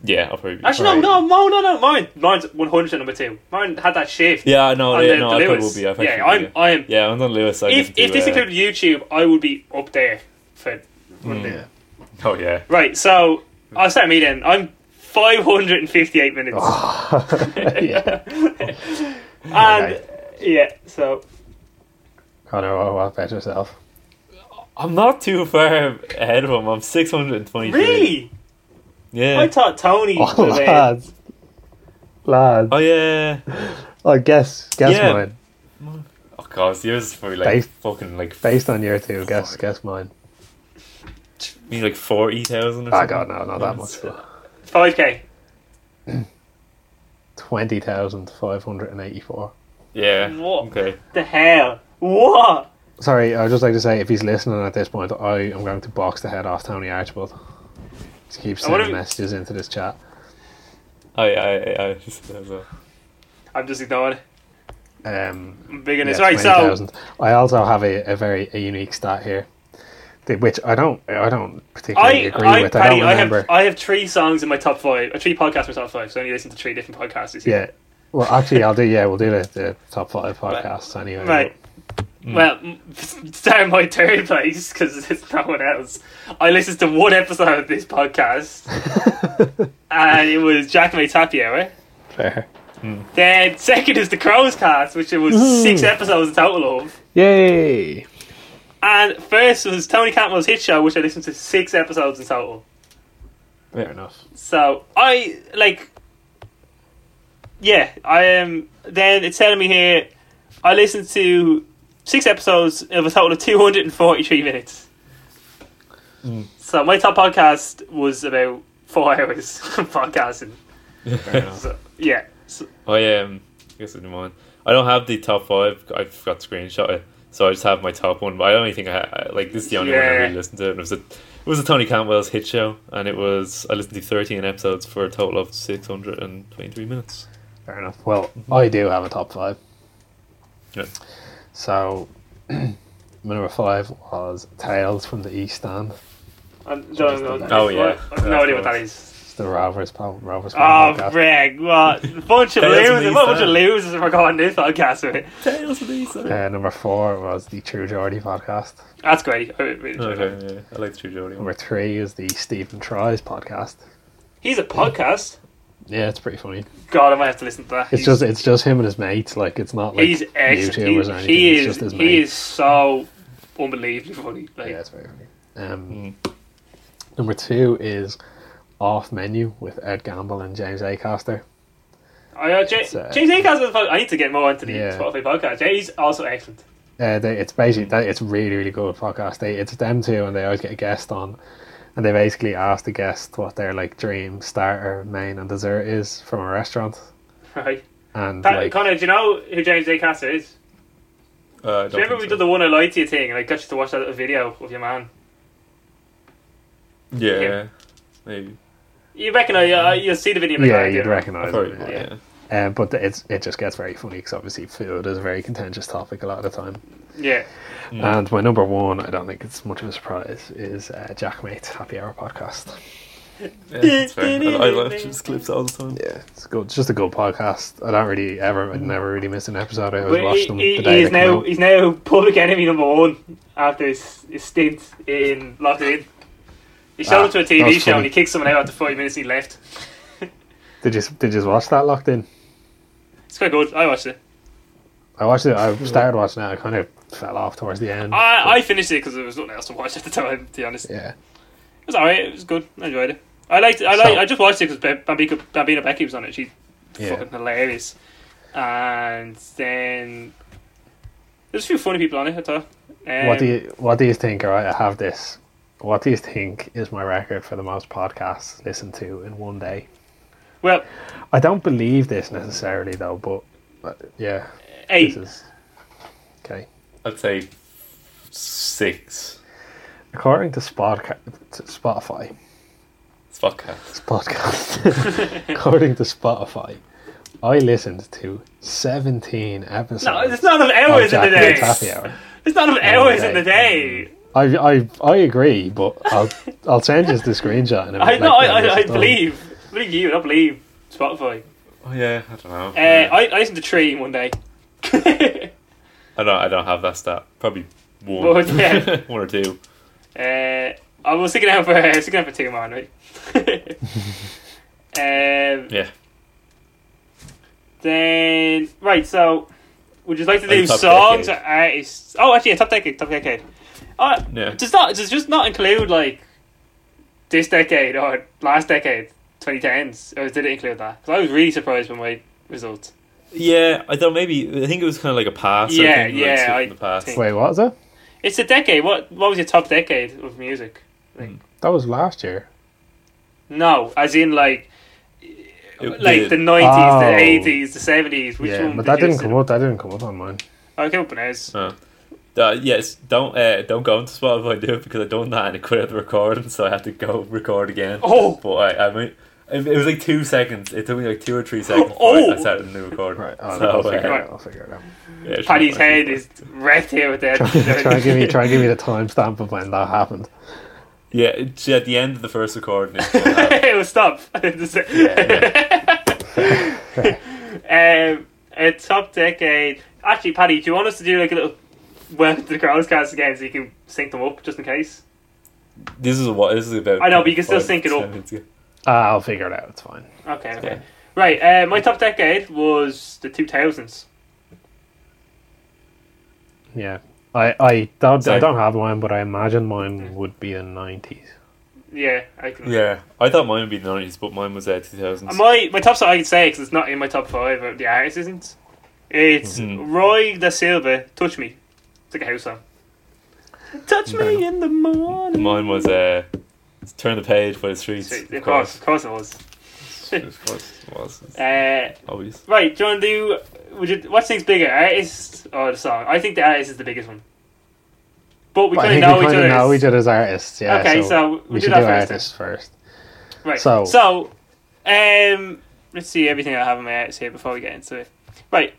Speaker 3: yeah, I'll probably. Be.
Speaker 1: Actually,
Speaker 2: Right.
Speaker 1: no, no, no, no, no. Mine, mine's 100% number two. Mine had that shift.
Speaker 3: yeah, no,
Speaker 1: on
Speaker 3: yeah,
Speaker 1: the-
Speaker 3: no,
Speaker 1: the
Speaker 3: I probably
Speaker 1: Lewis.
Speaker 3: will be. I think
Speaker 1: yeah,
Speaker 3: I
Speaker 1: I'm,
Speaker 3: should be,
Speaker 1: I'm,
Speaker 3: yeah, I'm on Lewis. I
Speaker 1: if,
Speaker 3: just do,
Speaker 1: if this
Speaker 3: uh,
Speaker 1: included YouTube, I would be up there for running it.
Speaker 2: Yeah.
Speaker 3: oh yeah,
Speaker 1: Right, so I'll start me then. I'm 558 minutes.
Speaker 2: Oh. yeah.
Speaker 1: and,
Speaker 2: Okay.
Speaker 1: yeah, so,
Speaker 2: Connor, what, what about yourself?
Speaker 3: I'm not too far ahead of him. I'm 623.
Speaker 1: really?
Speaker 3: Yeah.
Speaker 1: I thought Tony
Speaker 2: Oh,
Speaker 1: was ahead.
Speaker 2: lads, lads.
Speaker 3: oh yeah.
Speaker 2: I guess guess
Speaker 3: Yeah.
Speaker 2: mine
Speaker 3: Oh god, yours is probably like
Speaker 2: Based-
Speaker 3: fucking like f-
Speaker 2: based on your two. Guess guess mine.
Speaker 3: me like forty thousand. or
Speaker 2: Ah,
Speaker 3: something.
Speaker 2: God, no, not that
Speaker 3: Yes.
Speaker 2: much. but
Speaker 1: 5k.
Speaker 2: twenty thousand five hundred and eighty-four.
Speaker 3: Yeah.
Speaker 1: What?
Speaker 3: Okay.
Speaker 1: The hell? What?
Speaker 2: Sorry, I'd just like to say if he's listening at this point, I am going to box the head off Tony Archibald. He keeps
Speaker 1: I wonder
Speaker 2: sending
Speaker 1: if-
Speaker 2: messages into this chat.
Speaker 3: I Oh, I I, I just that was a-
Speaker 1: I'm just ignoring it.
Speaker 2: Um,
Speaker 1: I'm big on
Speaker 2: Yeah,
Speaker 1: this. Right, so
Speaker 2: 20,000. I also have a, a very a unique stat here, th- which I don't I don't particularly
Speaker 1: I,
Speaker 2: agree
Speaker 1: I,
Speaker 2: with.
Speaker 1: Paddy,
Speaker 2: I don't
Speaker 1: I have,
Speaker 2: remember.
Speaker 1: I have three songs in my top five, uh, three podcasts in my top five. So I only listen to three different podcasts. This year.
Speaker 2: yeah. Well, actually, I'll do. Yeah, we'll do the, the top five podcasts anyway.
Speaker 1: Right. Well, m- start my third place because there's no one else. I listened to one episode of this podcast, and it was Jack May Tapia, right?
Speaker 2: Fair.
Speaker 1: Then second is the Crows Cast, which it was six episodes in total of.
Speaker 2: Yay!
Speaker 1: And first was Tony Cantwell's Hit Show, which I listened to six episodes in total.
Speaker 2: Fair enough.
Speaker 1: So I like, yeah, I am. then it's telling me here, I listened to six episodes of a total of two hundred and forty-three minutes.
Speaker 2: Mm.
Speaker 1: So my top podcast was about four hours of podcasting.
Speaker 2: Fair enough.
Speaker 1: So yeah, so,
Speaker 3: I um, I guess I didn't mind. I don't have the top five. I forgot to screenshot it, so I just have my top one. But I only think I ha- like this is the only one I
Speaker 1: Yeah.
Speaker 3: really listened to. And it was a it was a Tony Cantwell's hit show, and it was I listened to thirteen episodes for a total of six hundred and twenty three minutes.
Speaker 2: Fair enough. Well, I do have a top five.
Speaker 3: Yeah.
Speaker 2: So, my number five was Tales from the East Stand.
Speaker 1: I don't know.
Speaker 3: Oh, yeah.
Speaker 1: I have no idea what that is.
Speaker 2: It's the Rovers, po- Rovers
Speaker 1: Oh,
Speaker 2: podcast.
Speaker 1: Greg, what a bunch of
Speaker 3: Tales of
Speaker 1: losers!
Speaker 3: these
Speaker 1: What a bunch of
Speaker 3: times.
Speaker 1: losers for going on this podcast with it.
Speaker 3: Tales of these.
Speaker 2: Uh, number four was the True Geordie podcast.
Speaker 1: That's great. I really enjoyed that.
Speaker 3: Okay, yeah, I like the True Geordie one.
Speaker 2: Number three is the Stephen Tries podcast.
Speaker 1: He's a podcast.
Speaker 2: Yeah, it's pretty funny.
Speaker 1: God, I might have to listen to that.
Speaker 2: It's
Speaker 1: he's,
Speaker 2: just it's just him and his mates. Like it's not like
Speaker 1: he's
Speaker 2: YouTubers
Speaker 1: excellent. He,
Speaker 2: or anything.
Speaker 1: he
Speaker 2: it's
Speaker 1: is
Speaker 2: just his
Speaker 1: he
Speaker 2: mates.
Speaker 1: is so unbelievably funny. Like,
Speaker 2: Yeah, it's very funny. Um, Number two is off menu with Ed Gamble and James Acaster.
Speaker 1: I, uh, J-
Speaker 2: It's, uh,
Speaker 1: James Acaster. is a pod- I need to get more into the
Speaker 2: Yeah.
Speaker 1: Spotify podcast. Jay, he's also excellent.
Speaker 2: Uh, they, it's basically that it's really really good podcast. They it's them two and they always get a guest on, and they basically ask the guest what their like dream starter, main, and dessert is from a restaurant.
Speaker 1: Right,
Speaker 2: And
Speaker 1: Pat,
Speaker 2: like,
Speaker 1: Connor, do you know who James Acaster is?
Speaker 3: Uh, I
Speaker 1: Do you remember we did the one I lied to you thing, and I got you to watch that little video of your man.
Speaker 3: the yeah,
Speaker 1: Yeah.
Speaker 3: maybe
Speaker 1: You reckon I? Uh, you'll see the video. but
Speaker 2: Mm-hmm. yeah,
Speaker 1: I
Speaker 2: you'd
Speaker 1: didn't.
Speaker 3: I
Speaker 2: recognise.
Speaker 3: probably
Speaker 2: it.
Speaker 3: would,
Speaker 2: yeah.
Speaker 3: yeah.
Speaker 2: Uh, but it's it just gets very funny because obviously food is a very contentious topic a lot of the time.
Speaker 1: Yeah,
Speaker 2: And my number one, I don't think it's much of a surprise, is uh, Jack Mate's Happy Hour podcast.
Speaker 3: Yeah, that's fair. I, I like just clips all the time.
Speaker 2: Yeah, it's good. It's just a good podcast. I don't really ever, I never really miss an episode. I always
Speaker 1: but
Speaker 2: watch
Speaker 1: he,
Speaker 2: them
Speaker 1: he,
Speaker 2: the day
Speaker 1: he's
Speaker 2: they come
Speaker 1: now
Speaker 2: out.
Speaker 1: he's now public enemy number one after his, his stint in Locked In. He showed
Speaker 2: Ah,
Speaker 1: up to a
Speaker 2: that
Speaker 1: TV
Speaker 2: was
Speaker 1: show
Speaker 2: funny.
Speaker 1: and he kicked someone out after forty minutes. And he left.
Speaker 2: Did you did you watch that locked in?
Speaker 1: It's quite good. I watched it.
Speaker 2: I watched it. I started watching it. I kind of fell off towards the end.
Speaker 1: I, I finished it because there was nothing else to watch at the time. To be honest,
Speaker 2: yeah,
Speaker 1: it was alright. It was good. I enjoyed it. I liked. I like.
Speaker 2: So-
Speaker 1: I just watched it because Bambina, Bambina Becky was on it. She's
Speaker 2: Yeah.
Speaker 1: fucking hilarious. And then there's a few funny people on it. I thought. Um,
Speaker 2: what do you What do you think? All right, I have this. What do you think is my record for the most podcasts listened to in one day?
Speaker 1: Well,
Speaker 2: I don't believe this necessarily though, but, but uh, yeah,
Speaker 1: eight.
Speaker 2: this is okay.
Speaker 3: I'd say six.
Speaker 2: According to Spotca- to Spotify,
Speaker 3: It's podcast.
Speaker 2: podcast. According to Spotify, I listened to 17 episodes.
Speaker 1: No, there's not enough
Speaker 2: of
Speaker 1: hours in the
Speaker 2: Jack Mate's Happy
Speaker 1: day.
Speaker 2: Hour.
Speaker 1: There's not enough hours in
Speaker 2: okay.
Speaker 1: the day.
Speaker 2: I, I, I agree, but I'll I'll send you the screenshot. And
Speaker 1: I
Speaker 2: like,
Speaker 1: no, I,
Speaker 2: when this
Speaker 1: I, I
Speaker 2: is done.
Speaker 1: believe. Believe you. I don't believe Spotify.
Speaker 3: Oh yeah, I don't know.
Speaker 1: Uh, I, I listened to Tree one day.
Speaker 3: I don't. I don't have that stat. Probably one,
Speaker 1: Well, yeah.
Speaker 3: one or two.
Speaker 1: Uh, I was thinking out for I was thinking out for two man, right? um,
Speaker 3: Yeah.
Speaker 1: Then right, so would you like to
Speaker 3: Like
Speaker 1: do
Speaker 3: top
Speaker 1: songs
Speaker 3: decade.
Speaker 1: or artists? Oh, actually, yeah, top decade, top decade. Uh,
Speaker 3: Yeah.
Speaker 1: Does not does just not include like this decade or last decade, twenty tens, or did it include that? Because I was really surprised by my results.
Speaker 3: Yeah, I thought maybe I think it was kind of like a pass.
Speaker 1: Yeah,
Speaker 3: I think,
Speaker 1: yeah,
Speaker 3: Like, slipped
Speaker 1: I
Speaker 3: in the past.
Speaker 1: think-
Speaker 2: Wait, what was it?
Speaker 1: It's a decade. What what was your top decade of music?
Speaker 2: That was last year.
Speaker 1: No, as in like
Speaker 3: It
Speaker 1: like
Speaker 3: did.
Speaker 1: the nineties,
Speaker 2: Oh.
Speaker 1: the eighties, the seventies. Which
Speaker 2: yeah,
Speaker 1: one?
Speaker 2: but
Speaker 1: did
Speaker 2: that
Speaker 1: you
Speaker 2: didn't
Speaker 1: sit-
Speaker 2: come up. That didn't come up on mine.
Speaker 1: I came up on ours.
Speaker 3: Uh, uh, yes, don't uh, don't go into Spotify do it because I done that and it quit out the recording, so I had to go record again.
Speaker 1: Oh.
Speaker 3: but I, I mean, it, it was like two seconds. It took me like two or three seconds. before
Speaker 1: Oh.
Speaker 3: I, I started the new recording.
Speaker 2: Right, oh, I'll, I'll
Speaker 3: so,
Speaker 2: figure
Speaker 3: uh,
Speaker 2: it. I'll figure it out.
Speaker 3: yeah, it's
Speaker 1: Paddy's
Speaker 3: fine.
Speaker 1: head is wrecked here with that.
Speaker 2: try and give me, try and give me the timestamp of when that happened.
Speaker 3: Yeah, it's at the end of the first recording. It's gonna happen.
Speaker 1: it was stop. um, a top decade. Actually, Paddy, do you want us to do like a little well the crowdcast again so you can sync them up just in case?
Speaker 3: this is what this is about.
Speaker 1: I know, but you can still sync it up.
Speaker 3: up.
Speaker 2: Uh, I'll figure it out. It's fine.
Speaker 1: Okay. okay.
Speaker 3: Yeah.
Speaker 1: Right. Uh, my top decade was the two thousands.
Speaker 2: Yeah, I, I don't, I
Speaker 3: Same.
Speaker 2: don't have mine, but I imagine mine would be the nineties.
Speaker 1: Yeah, I can.
Speaker 3: Yeah, I thought mine would be the nineties, but mine was uh, two thousands.
Speaker 1: My my top song I can say because it's not in my top five. Or the artist isn't. It's
Speaker 3: Mhm.
Speaker 1: Roy Da Silva. Touch me. It's like a house song. Touch
Speaker 3: Mm-hmm.
Speaker 1: me in the morning.
Speaker 3: Mine was uh, turn the page by the streets.
Speaker 1: Sweet, Of course, of course it was.
Speaker 3: of course, it was It's
Speaker 1: Uh,
Speaker 3: obvious.
Speaker 1: right, do you want to do? Would you, what's things bigger, artist or the song? I think the artist is the biggest one. But we
Speaker 2: But
Speaker 1: kind of
Speaker 2: I think
Speaker 1: know
Speaker 2: we
Speaker 1: each
Speaker 2: kind
Speaker 1: other.
Speaker 2: of know each other as artists. Yeah,
Speaker 1: okay,
Speaker 2: so,
Speaker 1: so,
Speaker 2: we
Speaker 1: do
Speaker 2: should
Speaker 1: that
Speaker 2: do
Speaker 1: first. then.
Speaker 2: artists first.
Speaker 1: Right.
Speaker 2: So-
Speaker 1: So, so um, let's see everything I have in my notes here before we get into it. Right.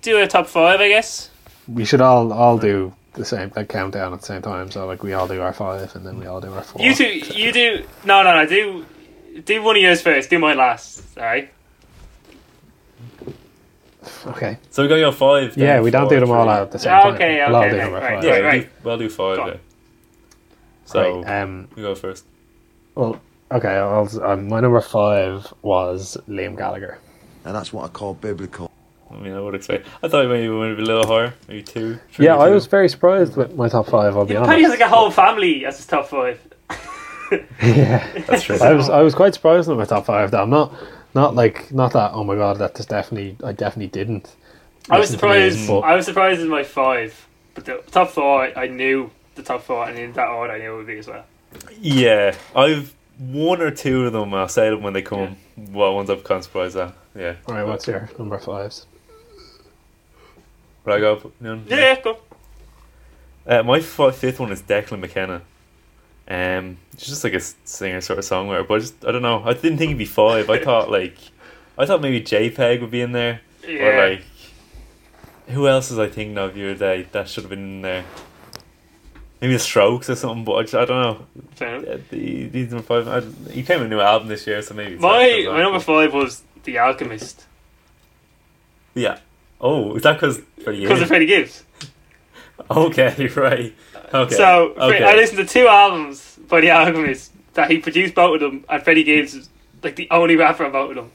Speaker 1: Do a top five, I guess.
Speaker 2: We should all all do the same like countdown at the same time. So like we all do our five, and then we all do our four.
Speaker 1: You two, you do. No, no, no. Do do one of yours first. Do mine last. All right.
Speaker 2: Okay.
Speaker 3: So we're going on five. then,
Speaker 2: Yeah, we don't
Speaker 3: four,
Speaker 2: do them all
Speaker 3: three.
Speaker 2: out at the same
Speaker 1: Yeah,
Speaker 2: time.
Speaker 1: okay,
Speaker 2: We'll all
Speaker 1: okay,
Speaker 2: do
Speaker 1: okay,
Speaker 2: them at
Speaker 1: right,
Speaker 2: five.
Speaker 3: Yeah,
Speaker 1: yeah,
Speaker 3: we'll,
Speaker 1: right.
Speaker 3: Do, we'll do five.
Speaker 1: Go on.
Speaker 3: yeah. So
Speaker 2: Great, Um.
Speaker 3: we go first.
Speaker 2: Well. Okay. I'll, um, my number five was Liam Gallagher.
Speaker 4: Now that's what I call biblical.
Speaker 3: I mean, I would expect. I thought maybe we would be a little higher, maybe two. three,
Speaker 2: Yeah, I
Speaker 3: two.
Speaker 2: was very surprised with my top five. I'll be
Speaker 1: Paddy has
Speaker 2: honest.
Speaker 1: like a whole family as his top five.
Speaker 2: yeah,
Speaker 3: That's true.
Speaker 2: I was I was quite surprised with my top five. Though I'm not not like not that. Oh my god, that just definitely I definitely didn't.
Speaker 1: I was
Speaker 2: listen to Liam,
Speaker 1: surprised.
Speaker 2: but-
Speaker 1: I was surprised with my five, but the top four, I knew the top four, and in that order, I knew it would be as well.
Speaker 3: Yeah, I've one or two of them. I'll say them when they come. Well, ones I've kind of surprised at. Yeah.
Speaker 2: All right, what's your number fives?
Speaker 3: Would I go? No,
Speaker 1: Yeah, cool.
Speaker 3: Uh, my fi- fifth one is Declan McKenna. Um, she's just like a s- singer, sort of songwriter, but I just I don't know. I didn't think it'd be five. I thought like, I thought maybe JPEG would be in there,
Speaker 1: Yeah.
Speaker 3: or like, who else is I thinking of here that that should have been in there? Maybe the Strokes or something, but I, just, I don't know.
Speaker 1: Fair enough.
Speaker 3: Yeah, the, these number five. I, he came with a new album this year, so maybe it's
Speaker 1: My
Speaker 3: that,
Speaker 1: my number five was The Alchemist
Speaker 3: Yeah. Oh, is that because for you?
Speaker 1: because of Freddie Gibbs.
Speaker 3: Okay, right. Okay.
Speaker 1: So Fre-
Speaker 3: okay.
Speaker 1: I listened to two albums by The Alchemist that he produced both of them, and Freddie Gibbs is like the only rapper on both of them.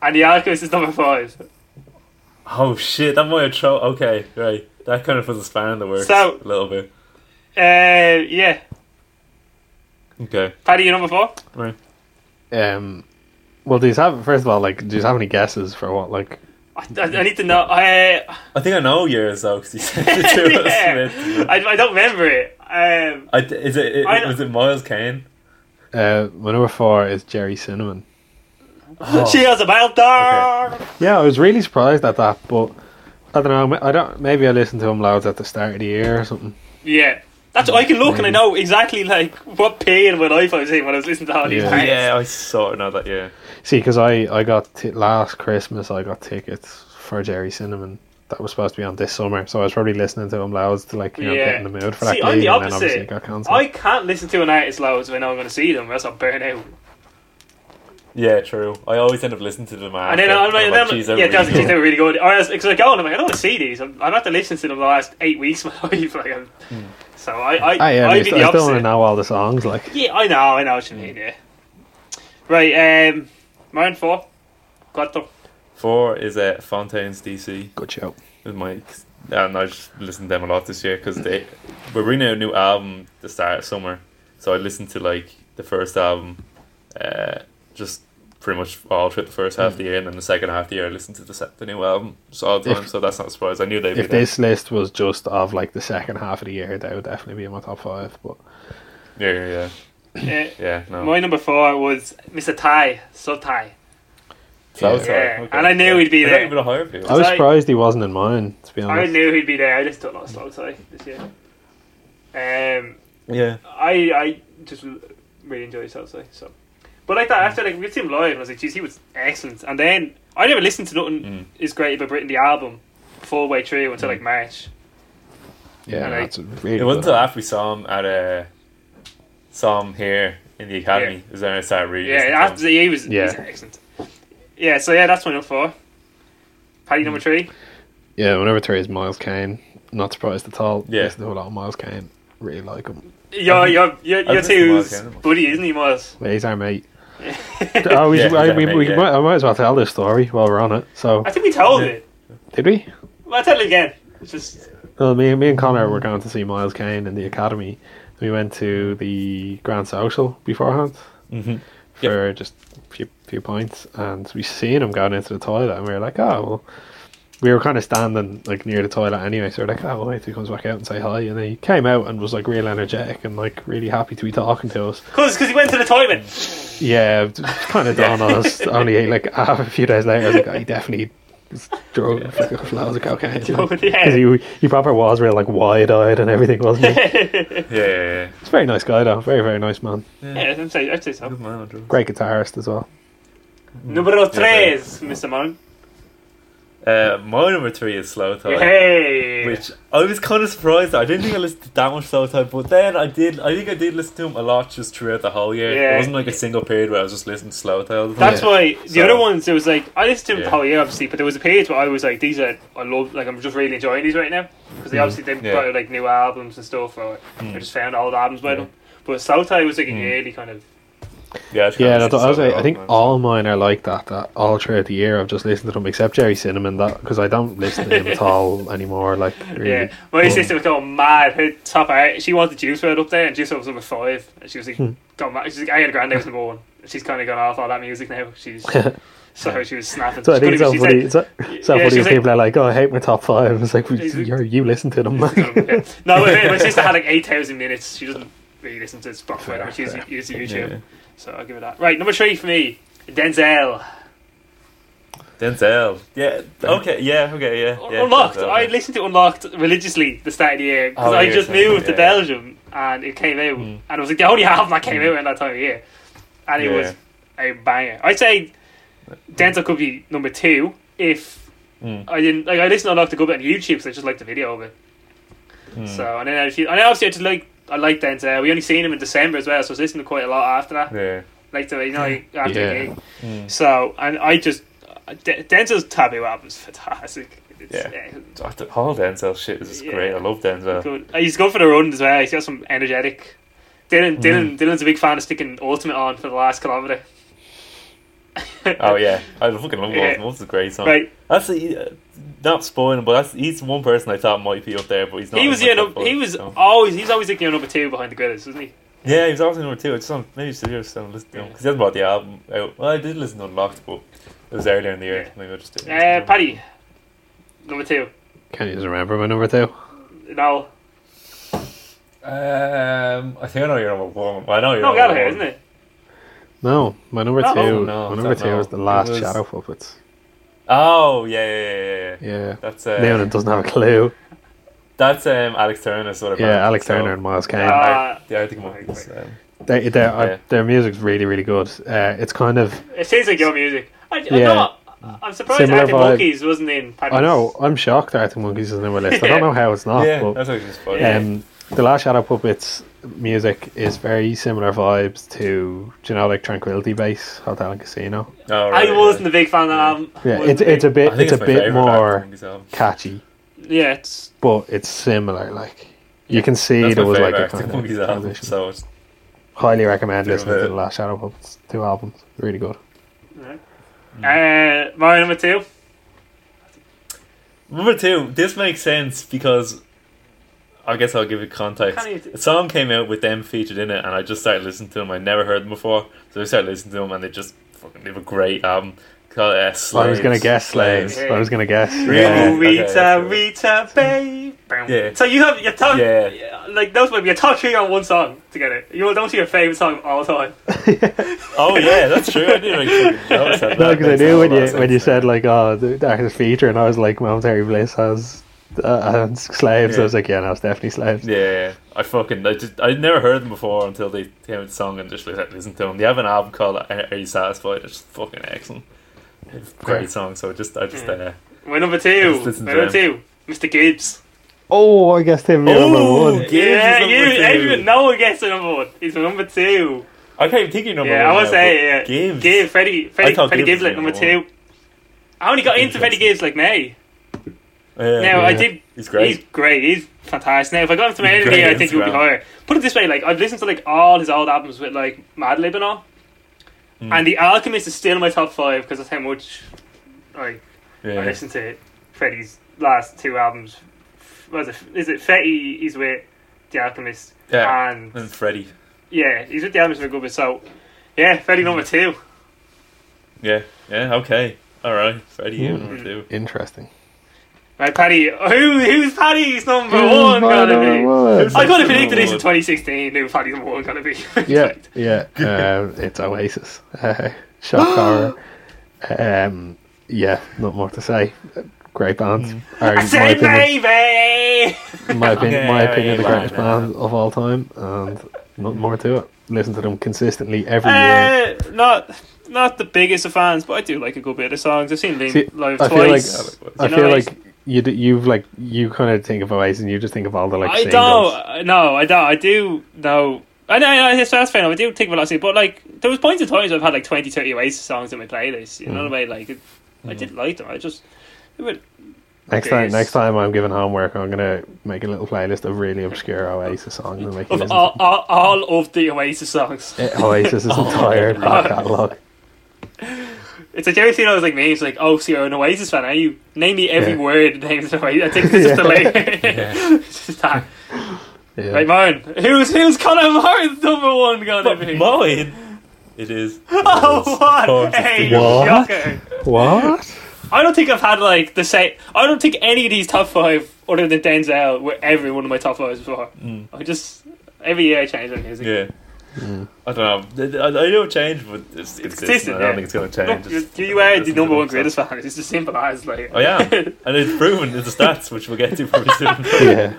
Speaker 1: And The Alchemist is number five.
Speaker 3: Oh shit, that might have thrown. Okay, right. That kind of puts a span in the works
Speaker 1: So-
Speaker 3: a little bit.
Speaker 1: Uh, yeah,
Speaker 3: Okay,
Speaker 1: Paddy, your number four.
Speaker 3: right.
Speaker 2: Um, well, do you have first of all like do you have any guesses for what like?
Speaker 1: I, I, I need to know. I, uh,
Speaker 3: I think I know yours though, because you sent it to us.
Speaker 1: yeah.
Speaker 3: Smith.
Speaker 1: I I don't remember it. Um,
Speaker 3: I, th- is it, it
Speaker 1: I-
Speaker 3: was it Miles Kane?
Speaker 2: Uh, my number four is Jerry Cinnamon.
Speaker 1: She has a mild dog.
Speaker 2: Yeah, I was really surprised at that, but I don't know. I don't. Maybe I listened to him loads at the start of the year or something.
Speaker 1: Yeah. That's I can look and I know exactly like what pain my life I was in when I was listening to all these
Speaker 2: Yeah.
Speaker 1: bands.
Speaker 3: Yeah, I sort of know that. Yeah,
Speaker 2: See, because I I got t- last Christmas I got tickets for Jerry Cinnamon that was supposed to be on this summer, so I was probably listening to him loud to like you know
Speaker 1: Yeah.
Speaker 2: get in the mood for that
Speaker 1: See,
Speaker 2: gig,
Speaker 1: I'm the
Speaker 2: and then obviously
Speaker 1: opposite.
Speaker 2: it got cancelled.
Speaker 1: I can't listen to an artist loads when I'm going to see them, or else I'll burn out.
Speaker 3: yeah, true. I always end up listening to them.
Speaker 1: And then
Speaker 3: after,
Speaker 1: I'm like,
Speaker 3: and
Speaker 1: then
Speaker 3: I'm
Speaker 1: I'm
Speaker 3: "Jeez, they're
Speaker 1: yeah, that's
Speaker 3: really
Speaker 1: geez, they were really good. Or else, because I go and I'm like, I don't want to see these. I'm, I've had to listen to them the last eight weeks of my life. Like, I'm, so I, I,
Speaker 2: I, Ah, yeah, I,
Speaker 1: I'd be
Speaker 2: st-
Speaker 1: the
Speaker 2: I still want to
Speaker 1: opposite.
Speaker 2: know all the songs. Like,
Speaker 1: Yeah, I know, I know what you mean. Yeah. Right, um, mine four. Got them.
Speaker 3: good." Four is uh, Fontaine's DC.
Speaker 2: good show.
Speaker 3: with my and I just listened to them a lot this year because they we're bringing out a new album the start of summer, so I listened to like the first album, uh, just pretty much all through the first half of the year, and then the second half of the year I listened to the se- the new album just all the time.
Speaker 2: If-
Speaker 3: so that's not a surprise. I knew they'd be
Speaker 2: If
Speaker 3: there.
Speaker 2: this list was just of like the second half of the year, that would definitely be in my top five. But
Speaker 3: Yeah, yeah, yeah,
Speaker 1: Yeah.
Speaker 3: yeah. No,
Speaker 1: My number four was Mr. Ty, so Ty.
Speaker 3: Southside.
Speaker 1: Yeah,
Speaker 3: okay.
Speaker 1: and I knew he'd be
Speaker 3: I
Speaker 1: there.
Speaker 3: don't even know how it is.
Speaker 2: I was
Speaker 1: I-
Speaker 2: surprised he wasn't in mine. To be
Speaker 1: I
Speaker 2: honest,
Speaker 1: knew he'd be there. I just don't know Slogside this year. Um,
Speaker 3: Yeah.
Speaker 1: I I just l- really enjoy Southside. So, but like that after like we see him live, and I was like, geez, he was excellent. And then I never listened to nothing
Speaker 3: Mm.
Speaker 1: is great about Britain the album full way through until like March.
Speaker 2: yeah,
Speaker 1: and I-
Speaker 2: that's a really.
Speaker 3: It wasn't
Speaker 2: good-
Speaker 3: until after we saw him at a saw him here in the academy. Is then I started reading.
Speaker 1: Yeah, after he was he was
Speaker 2: Yeah.
Speaker 1: excellent. Yeah, so yeah, that's my number four. Paddy number three.
Speaker 2: Yeah, my number three is Miles Kane. Not surprised at all.
Speaker 3: Yeah.
Speaker 2: Listen to a lot of Miles Kane. Really like him.
Speaker 1: Your
Speaker 3: think-
Speaker 1: your your, your
Speaker 3: I've listened to Miles
Speaker 1: two's
Speaker 3: Kennedy.
Speaker 1: buddy, isn't he, Miles?
Speaker 2: But he's our mate. oh, we,
Speaker 3: Yeah, he's
Speaker 2: I,
Speaker 3: our
Speaker 2: we,
Speaker 3: mate,
Speaker 2: we
Speaker 3: yeah.
Speaker 2: might, I might as well tell this story while we're on it. So,
Speaker 1: I think we told
Speaker 3: Yeah.
Speaker 1: it.
Speaker 2: did we?
Speaker 1: Well, I'll tell it again. It's just
Speaker 2: Well, me, me and Connor were going to see Miles Kane in the academy. We went to the Grand Social beforehand
Speaker 3: hmm
Speaker 2: for just a few, few points, and we seen him going into the toilet, and we were like, oh, well. We were kind of standing like near the toilet anyway, so we're like, oh, well, wait till he comes back out and say hi. And he came out and was like real energetic and like really happy to be talking to us.
Speaker 1: because he went to the toilet.
Speaker 2: Yeah, kind of dawned on us only like half a few days later. I was like, oh, he definitely was drunk with like, loads of cocaine. Like,
Speaker 1: Yeah.
Speaker 2: 'cause he, he proper was real like wide eyed and everything, wasn't he?
Speaker 1: yeah,
Speaker 3: Yeah, yeah,
Speaker 2: He's a very nice guy though, very very nice man.
Speaker 3: yeah. yeah.
Speaker 1: I'd say, I'd say so.
Speaker 3: Good man on drugs.
Speaker 2: Great guitarist as well.
Speaker 1: Number three
Speaker 3: Yeah,
Speaker 1: is Mr. Mullen.
Speaker 3: Uh, my number three is Slow Tide.
Speaker 1: Hey!
Speaker 3: Which I was kind of surprised. I didn't think I listened to that much Slow Tide, but then I did. I think I did listen to him a lot just throughout the whole year.
Speaker 1: Yeah.
Speaker 3: It wasn't like a single period where I was just listening to Slow Tide all the time.
Speaker 1: That's why the
Speaker 3: So-
Speaker 1: other ones, it was like, I listened to them
Speaker 3: Yeah.
Speaker 1: the whole year, obviously, but there was a period where I was like, these are, I love, like, I'm just really enjoying these right now. Because they obviously they
Speaker 3: Mm. Yeah. Mm.
Speaker 1: brought out, like, new albums and stuff, or I just found old albums by them. But Slow Tie was like a yearly kind of.
Speaker 3: Yeah, I just kinda
Speaker 2: Yeah,
Speaker 3: listened
Speaker 2: that's what I was
Speaker 3: to Slow
Speaker 2: like,
Speaker 3: Tide
Speaker 2: I think
Speaker 3: all the time.
Speaker 2: all mine are like that. That all throughout the year, I've just listened to them except Jerry Cinnamon, that because I don't listen to him at all anymore. Like really,
Speaker 1: Yeah. My sister was going mad. Her top eight, she wanted Juice WRLD up there, and Juice WRLD was number five. And she was like,
Speaker 2: Hmm.
Speaker 1: gone mad. She's like, Ariana Grande was number one. And She's kind of gone off all that music now. She's. Sorry, she was snapping.
Speaker 2: So I
Speaker 1: She
Speaker 2: think it's
Speaker 1: couldn't
Speaker 2: so
Speaker 1: even- she
Speaker 2: funny.
Speaker 1: said-
Speaker 2: It's so, so
Speaker 1: Yeah,
Speaker 2: funny
Speaker 1: she's
Speaker 2: when
Speaker 1: like-
Speaker 2: people are like, "Oh, I hate my top five. It's like,
Speaker 1: She's like-
Speaker 2: "You're you listen to them." man."
Speaker 1: Yeah. no, my, my sister had like 8,000 minutes. She doesn't really listen to Spotify that much. She uses, uses YouTube.
Speaker 3: Yeah.
Speaker 1: So I'll give it that. Right, number three for me Denzel.
Speaker 3: Denzel. Yeah. Okay. Yeah. Okay. Yeah. yeah
Speaker 1: Unlocked.
Speaker 3: Denzel,
Speaker 1: I
Speaker 3: yeah.
Speaker 1: listened to Unlocked religiously the start of the year because
Speaker 3: Oh,
Speaker 1: I
Speaker 3: yeah,
Speaker 1: just
Speaker 3: so-
Speaker 1: moved to
Speaker 3: yeah. Mm.
Speaker 1: Belgium and it came out. And it was like the only album that came out in that time of year. And it
Speaker 3: Yeah.
Speaker 1: was a banger. I'd say Denzel could be number two if
Speaker 3: Mm.
Speaker 1: I didn't. Like, I listened to Unlocked a good bit on YouTube because I just liked the video of it.
Speaker 3: Mm.
Speaker 1: So and then I feel, and then obviously I just like I like Denzel. We only seen him in December as well, so I was listening to quite a lot after that.
Speaker 3: Yeah.
Speaker 1: Like the you know like, after
Speaker 2: Yeah. Mm.
Speaker 1: the gig. So and I just De- Denzel's taboo album is fantastic. It's,
Speaker 3: Yeah.
Speaker 1: uh,
Speaker 3: Oh, The whole Denzel shit is just great.
Speaker 1: Yeah.
Speaker 3: I love Denzel.
Speaker 1: good. Uh, He's good for the run as well. He's got some energetic. Dylan
Speaker 2: Mm.
Speaker 1: Dylan Dylan's a big fan of sticking Ultimate on for the last kilometer.
Speaker 3: Oh yeah, I fucking love
Speaker 1: Yeah.
Speaker 3: Wolf. Wolf's a great song.
Speaker 1: Right.
Speaker 3: That's uh, not spoiling, but that's he's one person I thought might be up there, but he's not.
Speaker 1: He
Speaker 3: in
Speaker 1: was
Speaker 3: my
Speaker 1: yeah,
Speaker 3: top
Speaker 1: no,
Speaker 3: five,
Speaker 1: he was
Speaker 3: so.
Speaker 1: always he's always like your number two behind the Grillers, wasn't he?
Speaker 3: Yeah, he was obviously number two. I just don't, maybe should have just listened to him because he hasn't brought the album out. Well, I did listen to Unlocked, but it was earlier in the year.
Speaker 1: Yeah.
Speaker 3: Maybe I just didn't. listen
Speaker 1: Uh,
Speaker 3: to it.
Speaker 1: Paddy, number two.
Speaker 2: Can you just remember my number two?
Speaker 1: No,
Speaker 3: Um, I think I know you're number one. I know you're
Speaker 1: no
Speaker 3: number
Speaker 1: Gallagher,
Speaker 3: one.
Speaker 1: isn't it?
Speaker 2: No, my number
Speaker 1: Oh,
Speaker 3: no,
Speaker 2: two. my
Speaker 3: I
Speaker 2: number
Speaker 3: don't
Speaker 2: two
Speaker 3: know.
Speaker 2: is the last
Speaker 3: It was-
Speaker 2: Shadow Puppets.
Speaker 3: Oh yeah, yeah, yeah, yeah. yeah.
Speaker 2: Yeah,
Speaker 3: That's uh,
Speaker 2: Leonin doesn't have a clue.
Speaker 3: that's um Alex Turner sort of.
Speaker 2: Yeah,
Speaker 3: band,
Speaker 2: Alex
Speaker 3: so-
Speaker 2: Turner and Miles Kane.
Speaker 1: Uh,
Speaker 3: I, yeah, I think I'm um,
Speaker 2: they, their uh,
Speaker 3: yeah.
Speaker 2: their music's really really good. Uh, it's kind of
Speaker 1: It seems like your music. I, I
Speaker 2: Yeah.
Speaker 1: know, I'm surprised
Speaker 2: Similar
Speaker 1: Arctic
Speaker 2: vibe.
Speaker 1: Monkeys wasn't in Paddy's.
Speaker 2: I know I'm shocked. Arctic Monkeys is on my list. I don't know how it's not.
Speaker 3: yeah,
Speaker 2: but
Speaker 3: that's actually just funny.
Speaker 2: Um, the Last Shadow Puppets music is very similar vibes to do you know like Tranquility Base, Hotel and Casino.
Speaker 3: Oh, right,
Speaker 1: I wasn't a big fan of that album.
Speaker 2: Yeah,
Speaker 1: Wasn't
Speaker 2: it's it's a
Speaker 1: big.
Speaker 2: bit
Speaker 3: I think
Speaker 2: it's a
Speaker 3: my
Speaker 2: bit
Speaker 3: favourite Arctic
Speaker 2: more
Speaker 3: Monkeys album.
Speaker 2: catchy,
Speaker 1: Yeah, it's.
Speaker 2: but it's similar. Like you can see
Speaker 3: That's
Speaker 2: there
Speaker 3: my
Speaker 2: was like
Speaker 3: favourite
Speaker 2: a
Speaker 3: Arctic
Speaker 2: kind of
Speaker 3: Monkeys album,
Speaker 2: transition.
Speaker 3: so it's-
Speaker 2: Highly recommend
Speaker 3: Think
Speaker 2: listening
Speaker 3: of
Speaker 2: to
Speaker 3: it.
Speaker 2: the Last Shadow Puppets two albums. Really good.
Speaker 1: Uh, Mario number two.
Speaker 3: Number two, this makes sense because I guess I'll give it context.
Speaker 1: Can't you-
Speaker 3: A song came out with them featured in it, and I just started listening to them. I never heard them before, so I started listening to them, and they just fucking they have a great album called uh, Slaves.
Speaker 2: I was gonna guess Slaves.
Speaker 1: Slaves.
Speaker 2: I was gonna guess.
Speaker 3: Really?
Speaker 1: Oh,
Speaker 2: Yeah.
Speaker 1: Rita,
Speaker 3: okay.
Speaker 1: Rita, babe.
Speaker 3: Yeah.
Speaker 1: So you have your top,
Speaker 3: Yeah.
Speaker 1: like those might be your top three on one song together. You will don't see your favorite song of all time.
Speaker 3: Oh yeah, that's true. I didn't even fucking notice that.
Speaker 2: No,
Speaker 3: That
Speaker 2: because I
Speaker 3: makes
Speaker 2: knew
Speaker 3: a
Speaker 2: when
Speaker 3: lot
Speaker 2: you
Speaker 3: of
Speaker 2: when you
Speaker 3: sense.
Speaker 2: said like, oh, the the actor's feature, and I was like, Momentary Bliss has uh, and slaves. I was
Speaker 3: Yeah.
Speaker 2: like, yeah, no, it's definitely slaves.
Speaker 3: Yeah, I fucking I just I'd never heard them before until they came out the song and just like listened to them. They have an album called "Are Are You Satisfied?" It's fucking excellent. It's a great
Speaker 2: Yeah.
Speaker 3: song. So just I just
Speaker 1: Yeah.
Speaker 3: uh,
Speaker 1: My number two.
Speaker 3: Let's listen
Speaker 1: My
Speaker 3: to
Speaker 1: number two. Mr. Gibbs.
Speaker 2: Oh, I guess they're my number
Speaker 3: Oh,
Speaker 2: one.
Speaker 3: Gibbs is
Speaker 1: yeah,
Speaker 3: number
Speaker 1: you.
Speaker 3: two.
Speaker 1: Everyone, no one gets the number one. He's my number two.
Speaker 3: I can't even think of your number.
Speaker 1: yeah, I
Speaker 3: one
Speaker 1: was
Speaker 3: now,
Speaker 1: say
Speaker 3: but
Speaker 1: yeah.
Speaker 3: Gibbs.
Speaker 1: Gibbs, Freddie, Freddie,
Speaker 3: thought
Speaker 1: Freddie
Speaker 3: Gibbs
Speaker 1: Gibbs
Speaker 3: was
Speaker 1: like number
Speaker 3: number
Speaker 1: two. I only got into Freddie
Speaker 3: Interesting.
Speaker 1: Gibbs like May.
Speaker 3: Yeah,
Speaker 1: Now I
Speaker 2: yeah.
Speaker 1: did
Speaker 3: he's great.
Speaker 1: He's great. He's fantastic. Now, if I got him to my
Speaker 3: He's
Speaker 1: earlier,
Speaker 3: great
Speaker 1: I think he would be
Speaker 3: as well.
Speaker 1: higher. Put it this way: like I've listened to like all his old albums with like Madlib and all,
Speaker 3: Mm.
Speaker 1: and The Alchemist is still in my top five because that's how much like I
Speaker 3: yeah.
Speaker 1: listened to Freddie's last two albums. What is it? Is it Fetty? He's with The Alchemist,
Speaker 3: yeah, Mm.
Speaker 1: and
Speaker 3: and Freddie.
Speaker 1: yeah, he's with The Alchemist for a good bit. So yeah, Fetty number
Speaker 3: Mm.
Speaker 1: two.
Speaker 3: Yeah, yeah. Okay, all right, Freddie, you
Speaker 2: Mm.
Speaker 1: Hmm.
Speaker 3: number two.
Speaker 2: Interesting.
Speaker 1: Right, Paddy. Who who's Paddy's number one gonna be? I could have predicted this in 2016. Who Paddy's number one gonna be?
Speaker 2: Yeah, yeah. Um, it's Oasis. Uh, shock horror. Um, yeah, not more to say. Great band. Are,
Speaker 1: I
Speaker 2: my
Speaker 1: said
Speaker 2: opinion,
Speaker 1: maybe.
Speaker 2: my opinion, my
Speaker 3: Okay,
Speaker 2: opinion the
Speaker 3: right
Speaker 2: greatest
Speaker 3: now.
Speaker 2: band of all time, and not more to it. Listen to them consistently every year.
Speaker 1: Uh, not not the biggest of fans, but I do like a good bit of their songs. I've seen them
Speaker 2: See,
Speaker 1: live
Speaker 2: I feel like
Speaker 1: twice.
Speaker 2: I
Speaker 1: You know,
Speaker 2: feel
Speaker 1: like-
Speaker 2: like you d- you've like you kind of think of Oasis, and you just think of all the like.
Speaker 1: I
Speaker 2: singles.
Speaker 1: don't. uh, No, I don't. I do know. I know. I know that's fair enough. I do think of a lot of but like there was points in times where I've had like 20, 30 Oasis songs in my playlist. You
Speaker 2: Mm.
Speaker 1: know what I mean? Like it, I did like them. I just. They were,
Speaker 2: Next time,
Speaker 1: Yes.
Speaker 2: next time I'm giving homework, I'm gonna make a little playlist of really obscure Oasis songs and make you
Speaker 1: of
Speaker 2: listen
Speaker 3: Oh.
Speaker 1: all, all, all of the Oasis songs,
Speaker 2: to Oasis' entire back catalogue.
Speaker 1: it's like everything I was like, "Names like, oh, so you're an Oasis fan, are you?" Name me every
Speaker 2: Yeah.
Speaker 1: word. Names of Oasis. I think this is the late. It's just that.
Speaker 2: Yeah.
Speaker 1: Right, Martin. Who's who's Connor Martin's number one gonna
Speaker 3: But
Speaker 1: be?
Speaker 3: mine, it is.
Speaker 1: oh, what?
Speaker 3: It's
Speaker 1: Hey,
Speaker 3: the-
Speaker 2: What?
Speaker 1: shocker.
Speaker 2: What?
Speaker 1: I don't think I've had like the same. I don't think any of these top five, other than Denzel, were every one of my top fives before.
Speaker 3: Mm.
Speaker 1: I just every year I change my music.
Speaker 3: Yeah. I don't know. I, I know it changed, but it's, it's
Speaker 1: consistent,
Speaker 3: consistent. I don't
Speaker 1: yeah.
Speaker 3: think it's going to Oh,
Speaker 1: Look,
Speaker 3: change.
Speaker 1: you,
Speaker 3: It's-
Speaker 1: you are the
Speaker 3: it's-
Speaker 1: number one
Speaker 3: it's-
Speaker 1: greatest fan. It's as simple as like.
Speaker 3: I am, and it's proven in the stats, which we'll get to pretty soon.
Speaker 2: Yeah.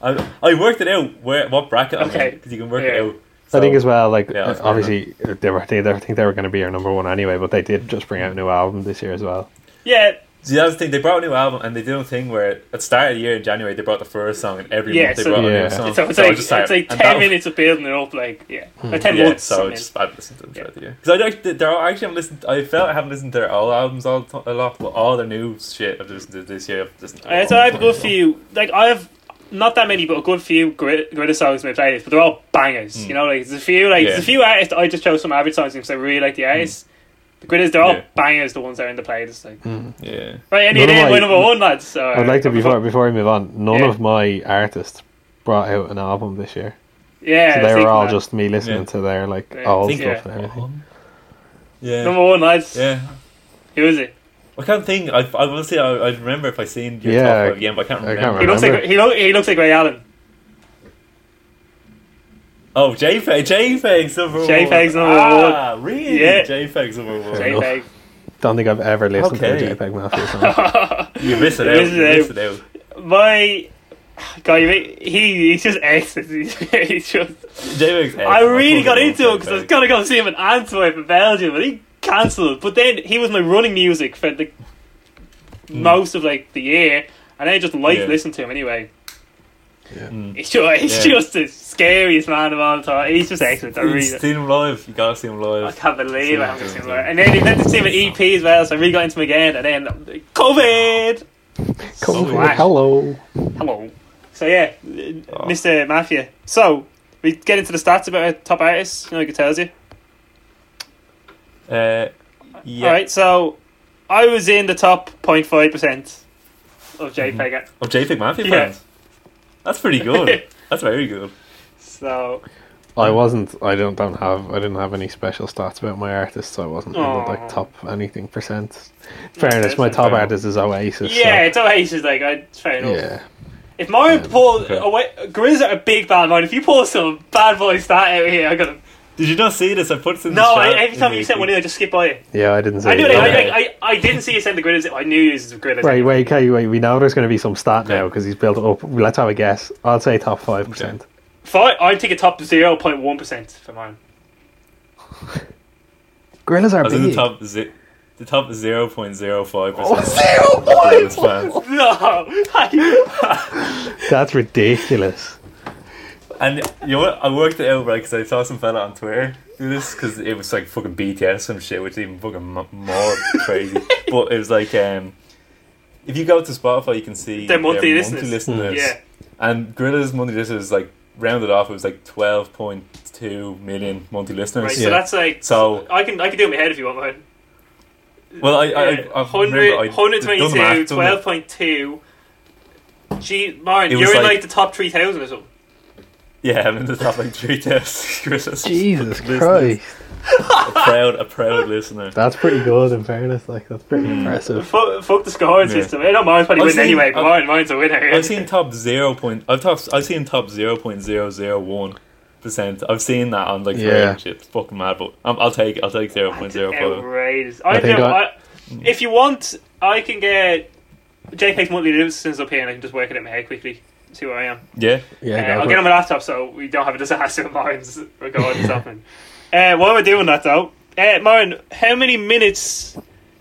Speaker 3: I, I worked it out where what bracket I'm
Speaker 1: Okay.
Speaker 3: in because you can work
Speaker 1: Yeah.
Speaker 3: it out.
Speaker 2: I think
Speaker 3: So,
Speaker 2: as well, like
Speaker 3: Yeah, that's fair
Speaker 2: obviously uh, they were, they, I think they were going to be our number one anyway, but they did just bring out a new album this year as well.
Speaker 1: yeah,
Speaker 3: See, that's the thing. They brought a new album, and they did a thing where at the start of the year in January they brought the first song, and every
Speaker 1: Yeah,
Speaker 3: month they
Speaker 1: so-
Speaker 3: brought a
Speaker 2: Yeah.
Speaker 3: new song.
Speaker 1: so it's
Speaker 3: I
Speaker 1: like
Speaker 3: just
Speaker 1: it's
Speaker 3: started-
Speaker 1: like
Speaker 3: and
Speaker 1: ten
Speaker 3: that-
Speaker 1: minutes of building it up, like yeah, or ten
Speaker 3: Yeah,
Speaker 1: months.
Speaker 3: so
Speaker 1: I mean.
Speaker 3: it's just I've listened to them throughout the year. 'Cause I don't, they're all, actually I'm listening. I felt I haven't listened to their old albums all the ti- a lot, but all their new shit I've listened to this year. I've listened to
Speaker 1: Uh, so I have a good few. Like I have not that many, but a good few great, great songs in my playlist. But they're all bangers. You know, like there's a few, like there's
Speaker 3: Hmm. Yeah. Hmm.
Speaker 1: a few artists. that I just chose some average songs because I really like the artists. The greatest, they're all
Speaker 3: Yeah.
Speaker 1: bangers. The ones that are in the playlist, like
Speaker 3: Yeah.
Speaker 1: right. Any
Speaker 2: None of
Speaker 1: day,
Speaker 2: my-
Speaker 1: my number one lads. So, uh,
Speaker 2: I'd like to before before we move on. None
Speaker 1: Yeah.
Speaker 2: of my artists brought out an album this year,
Speaker 1: Yeah,
Speaker 2: so
Speaker 1: I was
Speaker 2: they were
Speaker 1: thinking
Speaker 2: all
Speaker 1: that.
Speaker 2: just me listening
Speaker 3: Yeah.
Speaker 2: to their like
Speaker 1: Yeah.
Speaker 2: old
Speaker 1: Think-
Speaker 2: stuff
Speaker 1: yeah.
Speaker 2: and everything.
Speaker 3: Yeah.
Speaker 1: number one lads.
Speaker 3: yeah.
Speaker 1: Who is it?
Speaker 3: I can't think. I I will say I, I remember if I seen your
Speaker 2: Yeah,
Speaker 3: top five again, but I can't
Speaker 2: I
Speaker 3: remember.
Speaker 2: can't
Speaker 1: He looks like
Speaker 2: remember.
Speaker 1: he, lo- he looks like Ray Allen.
Speaker 3: Oh, JPEG, JPEG's number one.
Speaker 1: JPEG's number
Speaker 3: ah, one. really?
Speaker 1: Yeah.
Speaker 3: JPEG's number one.
Speaker 2: Fair
Speaker 1: JPEG.
Speaker 2: Don't think I've ever listened to
Speaker 3: Okay.
Speaker 2: a JPEG Mafia song.
Speaker 3: You miss it
Speaker 1: You
Speaker 3: out.
Speaker 1: miss
Speaker 3: You
Speaker 1: it
Speaker 3: miss it out.
Speaker 1: My guy, he he's just ecstasy. he's just
Speaker 3: JPEG's. excellent.
Speaker 1: I really
Speaker 3: fucking
Speaker 1: got
Speaker 3: love
Speaker 1: into it because I was
Speaker 3: JPEG.
Speaker 1: gonna go see him in Antwerp in Belgium, but he cancelled. But then he was my running music for the most of like the year, and I just liked
Speaker 3: Hmm. Yeah.
Speaker 1: listening to him anyway.
Speaker 2: Yeah.
Speaker 3: Mm.
Speaker 1: He's just, he's
Speaker 3: Yeah.
Speaker 1: just the scariest man of all time. He's just excellent. I
Speaker 3: You
Speaker 1: really,
Speaker 3: seen him live. You gotta see him
Speaker 1: I
Speaker 3: live.
Speaker 1: can't believe I haven't
Speaker 3: Seen
Speaker 1: seen him.
Speaker 3: him.
Speaker 1: And then he went to see him at EP as well, so I really got into him again. And then uh, COVID.
Speaker 2: Come
Speaker 1: So
Speaker 2: here,
Speaker 1: whack.
Speaker 2: hello.
Speaker 1: Hello. So yeah, uh,
Speaker 3: Oh.
Speaker 1: Mr. Mafia. So we get into the stats about our top artists. You know, like it tells you.
Speaker 3: Uh, yeah.
Speaker 1: All right, so I was in the top 05 percent of JPEG.
Speaker 3: Of JPEG Mafia
Speaker 1: Yeah.
Speaker 3: Oh, fans. That's pretty good. That's very good.
Speaker 1: So
Speaker 2: I wasn't. I don't. Don't have. I didn't have any special stats about my artists, so I wasn't in the,
Speaker 1: Aw.
Speaker 2: like top anything percent.
Speaker 1: that's
Speaker 2: Fairness, my
Speaker 1: not
Speaker 2: top
Speaker 3: fair.
Speaker 2: artist is Oasis. so-
Speaker 1: yeah, it's Oasis. Like, I fair enough.
Speaker 2: yeah.
Speaker 1: If Mario
Speaker 2: Yeah,
Speaker 1: pulls
Speaker 3: okay.
Speaker 1: away, Grizz are a big bad man. If you pull some bad boy stat out here, I'm gonna
Speaker 3: Did you not see this? I put this in
Speaker 1: No,
Speaker 3: the
Speaker 1: I,
Speaker 3: chat.
Speaker 1: every time you sent one in, I just skip by it.
Speaker 2: Yeah, I didn't say.
Speaker 1: I knew
Speaker 2: it.
Speaker 1: it.
Speaker 2: Okay.
Speaker 1: I, I, I, I didn't see you send the grid. as- I knew you was the grid. as-
Speaker 2: Right, wait, okay, wait. We know there's going to be some stat now
Speaker 3: Okay.
Speaker 2: because he's built it up. Let's have a guess. I'll say top five percent.
Speaker 1: Fi- I'd take a top zero point one percent for mine.
Speaker 2: Gorillas are
Speaker 3: I was in
Speaker 2: big.
Speaker 3: the top zi- the top zero point zero five
Speaker 2: Oh,
Speaker 3: percent.
Speaker 2: zero points.
Speaker 1: No,
Speaker 2: That's ridiculous.
Speaker 3: And you know what? I worked it out right because I saw some fella on Twitter do this because it was like fucking BTS some shit, which is even fucking m- more crazy. But it was like um, if you go to Spotify, you can see
Speaker 1: Their monthly listeners.
Speaker 3: listeners.
Speaker 1: yeah,
Speaker 3: And Gorilla's monthly listeners like rounded off. It was like twelve point two million monthly
Speaker 1: right.
Speaker 3: listeners.
Speaker 1: So
Speaker 2: Yeah.
Speaker 1: that's like
Speaker 3: So
Speaker 1: I can I can do it in my head if you want mine.
Speaker 3: well, I, I,
Speaker 1: Yeah,
Speaker 3: I, I
Speaker 1: 100,
Speaker 3: remember I- it doesn't matter,
Speaker 1: 122,
Speaker 3: doesn't it?
Speaker 1: 12.2. Gee, Martin,
Speaker 3: It
Speaker 1: you're
Speaker 3: was
Speaker 1: in
Speaker 3: like-
Speaker 1: like the top 3,000 or something.
Speaker 3: Yeah, I'm in the top like three tests. Gorilla's
Speaker 2: Jesus
Speaker 3: listeners.
Speaker 2: Christ,
Speaker 3: A proud, a proud listener.
Speaker 2: that's pretty good. In fairness, like that's
Speaker 1: Hmm.
Speaker 2: pretty impressive.
Speaker 1: Fuck, fuck the scoring
Speaker 3: Yeah.
Speaker 1: system. I know Martin's probably
Speaker 3: I've
Speaker 1: winning
Speaker 3: seen-
Speaker 1: anyway, but
Speaker 3: I've-
Speaker 1: Martin, Martin's a winner.
Speaker 3: I've seen top zero point. I've top. I've seen top zero point zero zero one percent. I've seen that on like
Speaker 2: Yeah.
Speaker 3: yeah. shit. It's fucking mad, but i I'll take. I'll take zero point zero five.
Speaker 1: Outrageous. I
Speaker 2: think
Speaker 1: do-
Speaker 2: I-
Speaker 1: I- if you want, I can get JPEG's monthly listeners up here and I can just work it in my head quickly. See where I am.
Speaker 3: Yeah,
Speaker 2: Yeah,
Speaker 1: Uh,
Speaker 2: go
Speaker 1: I'll
Speaker 2: for
Speaker 1: get
Speaker 2: it.
Speaker 1: on my laptop so we don't have a disaster with Martin's recording something. Uh, while we're doing that though, uh, Martin, how many minutes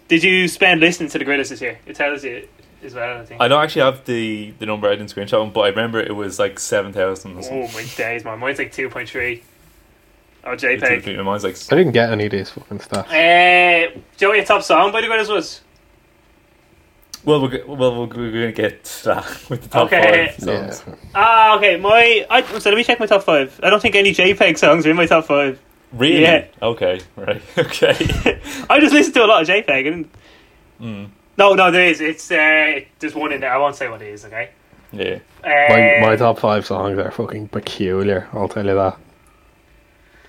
Speaker 1: did you spend listening to the Gritters this year? It tells you as well, I think.
Speaker 3: I don't actually have the the number. I didn't screenshot them, but I remember it was like seven thousand.
Speaker 1: oh my days, man. Mine's like 2.3. Oh, JPEG.
Speaker 3: Mine's like
Speaker 2: I didn't get any of these fucking stats.
Speaker 1: Uh, do you know what your top song by the Gritters was?
Speaker 3: well, we're, g- well, we're, g- we're gonna get to that with the top
Speaker 1: Okay.
Speaker 3: five
Speaker 2: Yeah.
Speaker 3: songs.
Speaker 1: Ah, okay. My I, so let me check my top five. I don't think any JPEG songs are in my top five.
Speaker 3: Really?
Speaker 1: Yeah.
Speaker 3: Okay. Right. Okay.
Speaker 1: I just listened to a lot of JPEG. I didn't-
Speaker 3: mm.
Speaker 1: No, no, there is. It's uh, there's one in there. I won't say what it is. Okay.
Speaker 3: Yeah.
Speaker 1: Uh,
Speaker 2: My, my top five songs are fucking peculiar. I'll tell you that.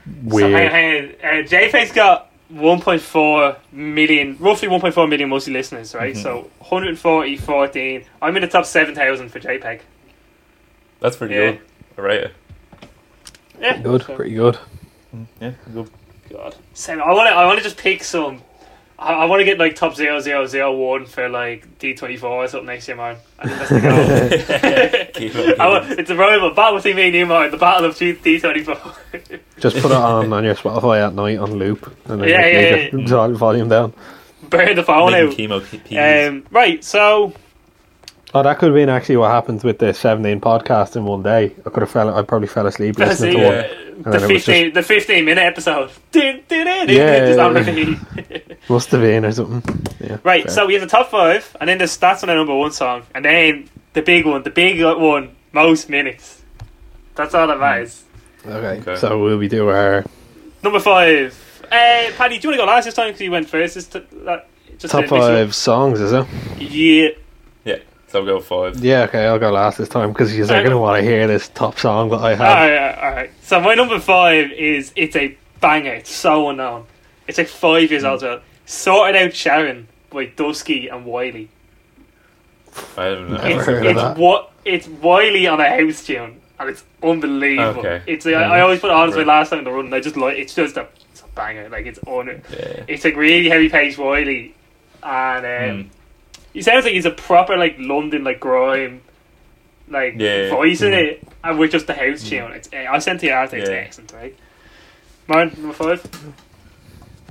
Speaker 1: So, hang on,
Speaker 2: Weird.
Speaker 1: hang on. Uh, JPEG's got 1.4 million, roughly 1.4 million mostly listeners, right?
Speaker 2: Mm-hmm.
Speaker 1: So 140, 14. I'm in the top 7,000 for JPEG.
Speaker 3: That's pretty
Speaker 1: Yeah.
Speaker 3: good. All right.
Speaker 1: Yeah.
Speaker 2: Good,
Speaker 1: So-
Speaker 2: pretty good.
Speaker 3: Yeah. Good.
Speaker 1: God. Seven. I want to. I want to just pick some. I, I want to get like top zero zero zero one for like D twenty four or something next year, man. I think that's the goal.
Speaker 3: Keep up,
Speaker 1: I want, it's a rival battle between me and you, man. The battle of D twenty four.
Speaker 2: Just put it on on your Spotify at night on loop, and then
Speaker 1: Yeah,
Speaker 2: like,
Speaker 1: yeah,
Speaker 2: leave the vol- volume down.
Speaker 1: Burn the phone
Speaker 3: Making
Speaker 1: out.
Speaker 3: chemo pe- peas.
Speaker 1: Um, right. So
Speaker 2: Oh, that could have been actually what happens with the seventeen podcast in one day. I could have fell. I probably fell asleep
Speaker 1: that's
Speaker 2: listening
Speaker 1: the,
Speaker 2: to
Speaker 3: yeah.
Speaker 2: one.
Speaker 1: uh,
Speaker 2: And
Speaker 1: the
Speaker 2: then it was
Speaker 1: fifteen the fifteen minute episode. Dun, dun, dun, dun,
Speaker 2: Yeah.
Speaker 1: just on repeat.
Speaker 2: Must have been or something. Yeah.
Speaker 1: Right,
Speaker 2: fair.
Speaker 1: so we have the top five, and then there's stats on the number one song, and then the big one, the big one, most minutes. That's all that matters.
Speaker 2: Hmm. okay.
Speaker 3: Okay.
Speaker 2: So will we do our
Speaker 1: Number five. Uh, Paddy, do you want to go last this time because you went first? This t- that, just
Speaker 2: top
Speaker 1: to mix you up.
Speaker 2: five songs? Is it?
Speaker 1: Yeah.
Speaker 3: Yeah. So I'll go five.
Speaker 2: Yeah. Okay, I'll go last this time because you're
Speaker 1: Alright.
Speaker 2: going to want to hear this top song that I
Speaker 1: All
Speaker 2: have.
Speaker 1: right, all right, all right. So my number five is it's a banger. It's so unknown. It's like five
Speaker 2: Hmm.
Speaker 1: years old. so- Sorted out Sharon by Dusky and Wiley.
Speaker 3: I don't know.
Speaker 2: Never
Speaker 1: it's,
Speaker 2: heard of
Speaker 1: it's
Speaker 2: that.
Speaker 1: What it's Wiley on a house tune, and it's unbelievable.
Speaker 3: Okay.
Speaker 1: It's like, I, I always put it on as my
Speaker 3: Right.
Speaker 1: last song to run, and I just like it's just a, it's a banger. Like it's on.
Speaker 3: Yeah.
Speaker 1: It's like really heavy paced Wiley, and um,
Speaker 3: Mm.
Speaker 1: he sounds like he's a proper like London like grime, like
Speaker 3: Yeah. Hmm.
Speaker 1: voice in it, and with just the house tune. It's eh, I sent it out. It's
Speaker 3: Yeah.
Speaker 1: excellent, right? Mine number five.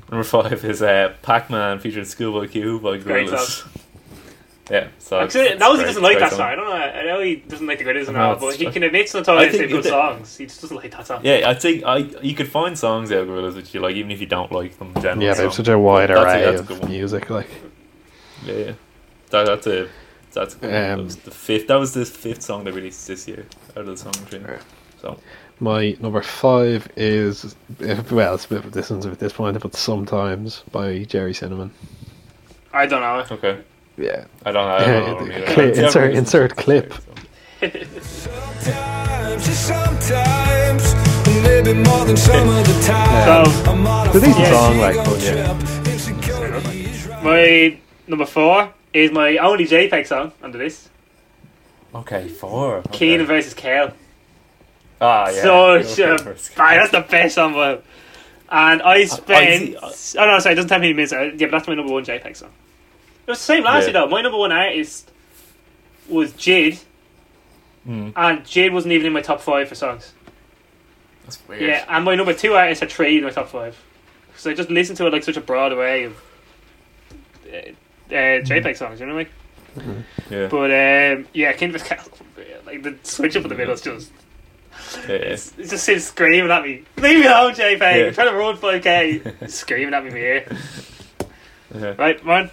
Speaker 3: Number five is uh, Pac-Man featuring Schoolboy Q by
Speaker 1: Great
Speaker 3: Gorillaz. Yeah, so
Speaker 1: Actually,
Speaker 3: it's-
Speaker 1: knows he
Speaker 3: it's
Speaker 1: doesn't
Speaker 3: great-
Speaker 1: like that
Speaker 3: great
Speaker 1: song. I don't know. I know he doesn't like the greatest and
Speaker 3: No,
Speaker 1: all,
Speaker 3: it's-
Speaker 1: but he
Speaker 3: I-
Speaker 1: can admit
Speaker 3: I
Speaker 1: sometimes
Speaker 3: think
Speaker 1: they're good
Speaker 3: that-
Speaker 1: songs. He just doesn't like that song.
Speaker 3: Yeah, I think I you could find songs out of Gorillaz which you like, even if you don't like them. Generally,
Speaker 2: Yeah,
Speaker 3: so.
Speaker 2: they've such a wide
Speaker 3: That's a-
Speaker 2: array
Speaker 3: that's a good
Speaker 2: of
Speaker 3: one.
Speaker 2: music. Like,
Speaker 3: yeah, yeah. That, that's a that's a good one. that
Speaker 2: Um,
Speaker 3: was the fifth. That was the fifth song they released this year out of the song tree.
Speaker 2: Right.
Speaker 3: So
Speaker 2: My number five is if- well, it's a bit of a distance at this point, but sometimes by Jerry Cinnamon.
Speaker 1: I don't know.
Speaker 3: okay,
Speaker 2: Yeah,
Speaker 3: I don't know. I don't know
Speaker 2: Yeah,
Speaker 3: either.
Speaker 2: clear-
Speaker 3: It's- yeah,
Speaker 2: insert-
Speaker 3: it's-
Speaker 2: insert
Speaker 3: it's-
Speaker 2: clip.
Speaker 3: so.
Speaker 5: Sometimes, just sometimes, maybe more than some of the time.
Speaker 1: So-
Speaker 5: I'm on a
Speaker 2: It's a decent
Speaker 5: full
Speaker 2: song, like,
Speaker 5: ego
Speaker 2: but yeah.
Speaker 5: trip. Insecurity is right.
Speaker 1: My number four is my only JPEG song under this.
Speaker 3: Okay, four. Okay.
Speaker 1: Keenan versus Kale.
Speaker 3: Ah, yeah.
Speaker 1: Such
Speaker 3: Okay,
Speaker 1: a
Speaker 3: first.
Speaker 1: bang, that's the best song. But And I spent.
Speaker 3: I-
Speaker 1: oh no, sorry, it doesn't tell me minutes. uh, Yeah, but that's my number one JPEG song. It was the same last
Speaker 3: Yeah.
Speaker 1: year though. My number one artist was Jade,
Speaker 3: Mm.
Speaker 1: and Jade wasn't even in my top five for songs.
Speaker 3: That's weird.
Speaker 1: Yeah, and my number two artists had three in my top five. So I just listened to it like such a broad way of uh, uh, JPEG songs. You know what I mean?
Speaker 3: Yeah.
Speaker 1: But um, yeah, Kind of Castle, like the switch up in the middle is just
Speaker 3: yeah, yeah.
Speaker 1: it's, it's just him screaming at me. Leave me alone, JPEG.
Speaker 3: Yeah.
Speaker 1: I'm trying to run 5k. screaming at me in my ear.
Speaker 3: Yeah.
Speaker 1: Right, man.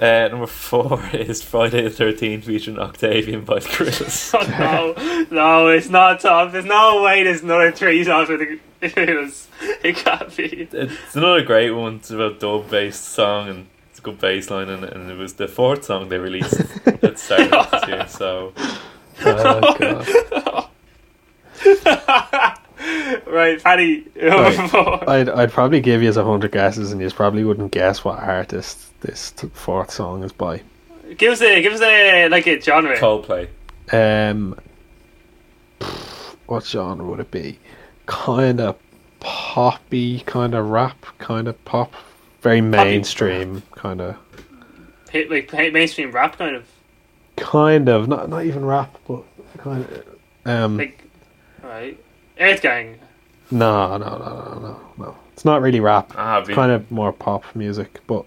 Speaker 3: Uh, number four is Friday the 13th featuring Octavian by Chris.
Speaker 1: Oh, no, no, it's not top. There's no way there's another three songs with it. It, was, it can't be.
Speaker 3: it's another great one. It's about a dub based song and it's a good bass line in it. And it was the fourth song they released that started off this year. So
Speaker 2: Oh, God.
Speaker 1: right, Paddy.
Speaker 2: Right. I'd, I'd probably give you a hundred guesses, and you probably wouldn't guess what artist this t- fourth song is by.
Speaker 1: give us a give us a like a genre.
Speaker 3: Coldplay.
Speaker 2: Um, pff, what genre would it be? Kind of poppy, kind of rap, kind of pop, very mainstream, kind of,
Speaker 1: Hit, like hit mainstream rap kind of
Speaker 2: kind of not not even rap, but kind of. Um,
Speaker 1: like. Right, Earth Gang.
Speaker 2: no, no, no, no, no, no. It's not really rap.
Speaker 3: Ah,
Speaker 2: It's kind of more pop music, but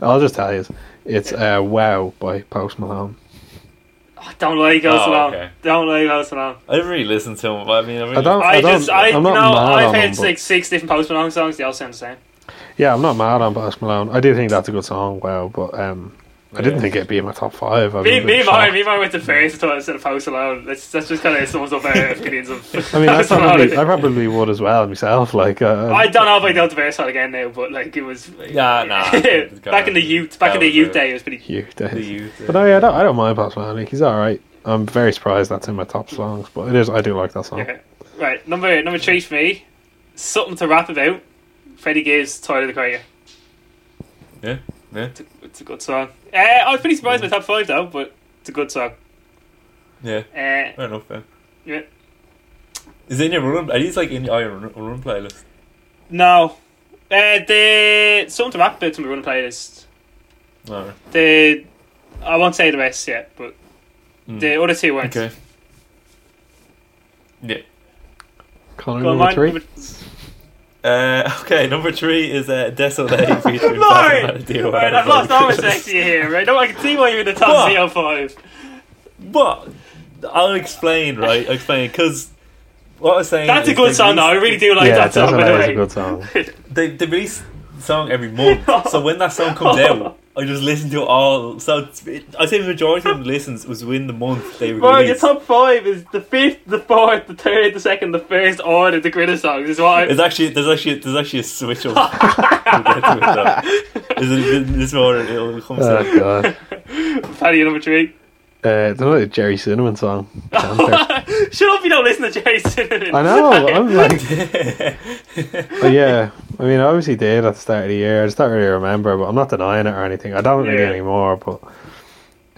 Speaker 2: I'll just tell you, it's uh, "Wow" by Post Malone.
Speaker 1: Oh, don't like Ghost
Speaker 3: Oh,
Speaker 1: Alone.
Speaker 3: okay.
Speaker 1: Don't like Ghost Alone.
Speaker 3: I didn't really listen to him. But I mean, I, really,
Speaker 2: I don't. I,
Speaker 1: I
Speaker 2: don't,
Speaker 1: just I
Speaker 2: I'm
Speaker 1: no
Speaker 2: not mad
Speaker 1: I've
Speaker 2: on him,
Speaker 1: heard
Speaker 2: but-
Speaker 1: six six different Post Malone songs. They all sound the same.
Speaker 2: Yeah, I'm not mad on Post Malone. I do think that's a good song. Wow, but um, I didn't
Speaker 3: Yeah.
Speaker 2: think it'd be in my top five. I've
Speaker 1: Me,
Speaker 2: been a bit
Speaker 1: me and Mario,
Speaker 2: shocked.
Speaker 1: me and Mario went to first until I said a Post Malone. That's that's just kind of sums up uh, our opinions of.
Speaker 2: I mean, I
Speaker 1: Post Malone,
Speaker 2: probably,
Speaker 1: think.
Speaker 2: I probably would as well myself. Like, uh,
Speaker 1: I don't know if I dealt the verse out again now, but like it was
Speaker 3: Nah, nah.
Speaker 1: back in the youth, back in
Speaker 3: That
Speaker 1: the
Speaker 3: was
Speaker 1: youth
Speaker 3: it.
Speaker 1: day, it was pretty.
Speaker 2: you, Dave.
Speaker 3: The youth. uh,
Speaker 2: But no, yeah, I don't, I don't mind Post Malone. Like, he's all right. I'm very surprised that's in my top songs, but it is. I do like that song.
Speaker 1: Yeah. Right, number number three for me, something to rap about. Freddie Gibbs, Tyler the Creator.
Speaker 3: yeah, yeah,
Speaker 1: It's a, it's a good song. Uh, I was pretty surprised by top five though, but it's a good song.
Speaker 3: yeah.
Speaker 1: Uh,
Speaker 3: Fair enough. Then.
Speaker 1: yeah.
Speaker 3: Is it in your run? Are these like in your run, run playlist?
Speaker 1: No, uh, the something to rap about to my running playlist.
Speaker 3: No.
Speaker 1: The I won't say the rest yet, but
Speaker 3: Mm.
Speaker 2: Hmm.
Speaker 1: the other two weren't.
Speaker 3: Okay. Yeah.
Speaker 2: Connor
Speaker 1: Go on,
Speaker 2: number
Speaker 1: mine.
Speaker 2: three.
Speaker 1: Number-
Speaker 3: Uh, okay, number three is uh, Desolate featuring
Speaker 1: Lauren!
Speaker 3: Fatma Dior.
Speaker 1: Right, I've lost all my sexy here, right? No, I can see why you're in the top
Speaker 3: What?
Speaker 1: zero five.
Speaker 3: But I'll explain, right? I'll explain because what I was saying.
Speaker 1: That's a
Speaker 3: is
Speaker 1: good
Speaker 3: they
Speaker 1: song, though. I
Speaker 3: release-
Speaker 1: really do like
Speaker 2: yeah,
Speaker 1: that song. By the
Speaker 2: definitely is a
Speaker 1: way.
Speaker 2: good song.
Speaker 3: They, they release the song every month, so when that song comes out, I just listen to it all. So it's- it, I say the majority of the listens was within the month they
Speaker 1: Bro, your
Speaker 3: released.
Speaker 1: top five is the fifth, the fourth, the third, the second, the first order. The greatest songs is what. I,
Speaker 3: It's actually there's actually there's actually a switch up. we'll get to it though. Is it this morning? It'll come to
Speaker 2: Oh god, uh,
Speaker 1: Paddy, your number three.
Speaker 2: it's another Jerry Cinnamon song. Jumper.
Speaker 1: Shut up! You don't listen to Jerry Cinnamon.
Speaker 2: I know. I'm like,
Speaker 3: that.
Speaker 2: But yeah, I mean, I obviously did at the start of the year. I just don't really remember, but I'm not denying it or anything. I don't really
Speaker 1: Yeah.
Speaker 2: anymore, but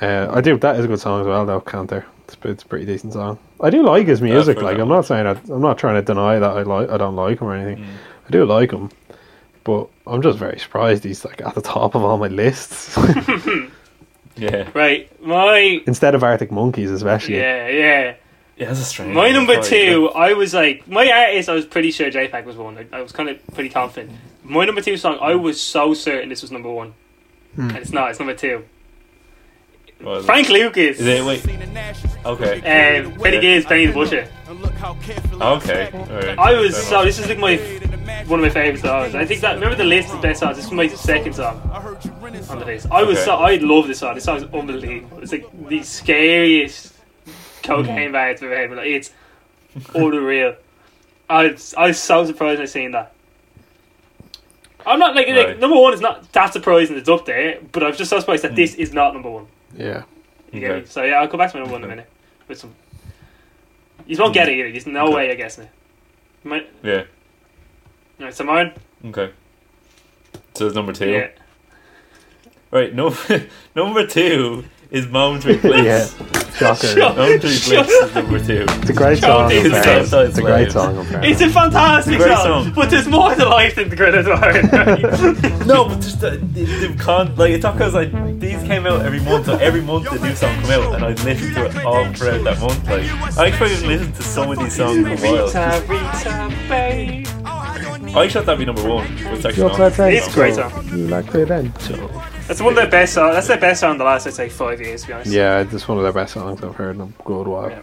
Speaker 2: uh, I do. That is a good song as well, though. Canter, it's, p- it's a pretty decent song. I do like his music.
Speaker 3: for
Speaker 2: like,
Speaker 3: that
Speaker 2: I'm not saying I, I'm not trying to deny that I like I don't like him or anything.
Speaker 1: Mm.
Speaker 2: I do like him, but I'm just very surprised he's like at the top of all my lists
Speaker 3: yeah,
Speaker 1: Right, my
Speaker 2: instead of Arctic Monkeys, especially.
Speaker 1: yeah, yeah.
Speaker 3: yeah, that's a strange.
Speaker 1: My
Speaker 3: one.
Speaker 1: number
Speaker 3: Sorry,
Speaker 1: two, I was like, my artist, I was pretty sure JPEG was one. I, I was kind of pretty confident. My number two song, I was so certain this was number one,
Speaker 3: Hmm.
Speaker 1: and it's not. It's number two.
Speaker 3: but- well,
Speaker 1: Frank Lucas.
Speaker 3: Is it wait? Okay.
Speaker 1: Um, Benny Gaze, Benny the Butcher.
Speaker 3: Okay. Alright.
Speaker 1: I was so. This is like my one of my favorite songs. I think that remember the list is best songs. This is my second song on the list. I was
Speaker 3: Okay.
Speaker 1: so I love this song. This song is unbelievable. It's like the scariest cocaine bar I've ever had. Like, it's unreal. I was, I was so surprised when I seen that. I'm not like, like
Speaker 3: Right. Hmm.
Speaker 1: number one is not that surprising. It's up there, but I was just so surprised that this is not number one.
Speaker 2: yeah.
Speaker 1: You get me?
Speaker 3: Okay.
Speaker 1: So yeah, I'll come back to my number one in a
Speaker 3: Okay.
Speaker 1: minute. With some, you won't get it either. There's no way you're guessing it. My,
Speaker 3: Yeah.
Speaker 1: Right, so mine?
Speaker 3: Okay. So it's number two.
Speaker 1: Yeah.
Speaker 3: Right. Number number two is Moments with Bliss.
Speaker 2: Yeah. Shocker.
Speaker 1: Shocker.
Speaker 3: Elm Tree Bliss is number two.
Speaker 2: It's a great song.
Speaker 1: Don't
Speaker 2: in
Speaker 1: do that.
Speaker 2: fairness. It's a great song. in
Speaker 1: It's
Speaker 2: fairness.
Speaker 1: a fantastic
Speaker 3: Great
Speaker 1: song,
Speaker 3: song.
Speaker 1: but there's more to life than the Greta Thorn.
Speaker 3: No, but just uh, the, the, the con like it's not because like these came out every month, so every month the new song come out, and I listened to it all throughout that month. Like I probably listened to some of these songs in a while.
Speaker 1: Rita, Rita, babe.
Speaker 3: I thought that'd be number one. but It's actually
Speaker 2: Your
Speaker 3: not.
Speaker 2: preference.
Speaker 1: It's a great song.
Speaker 2: You like it then? So.
Speaker 1: That's one of their best songs. That's their best song in the last, I'd say, five years, to be honest.
Speaker 2: Yeah, it's one of their best songs I've heard in a good while.
Speaker 1: Yeah.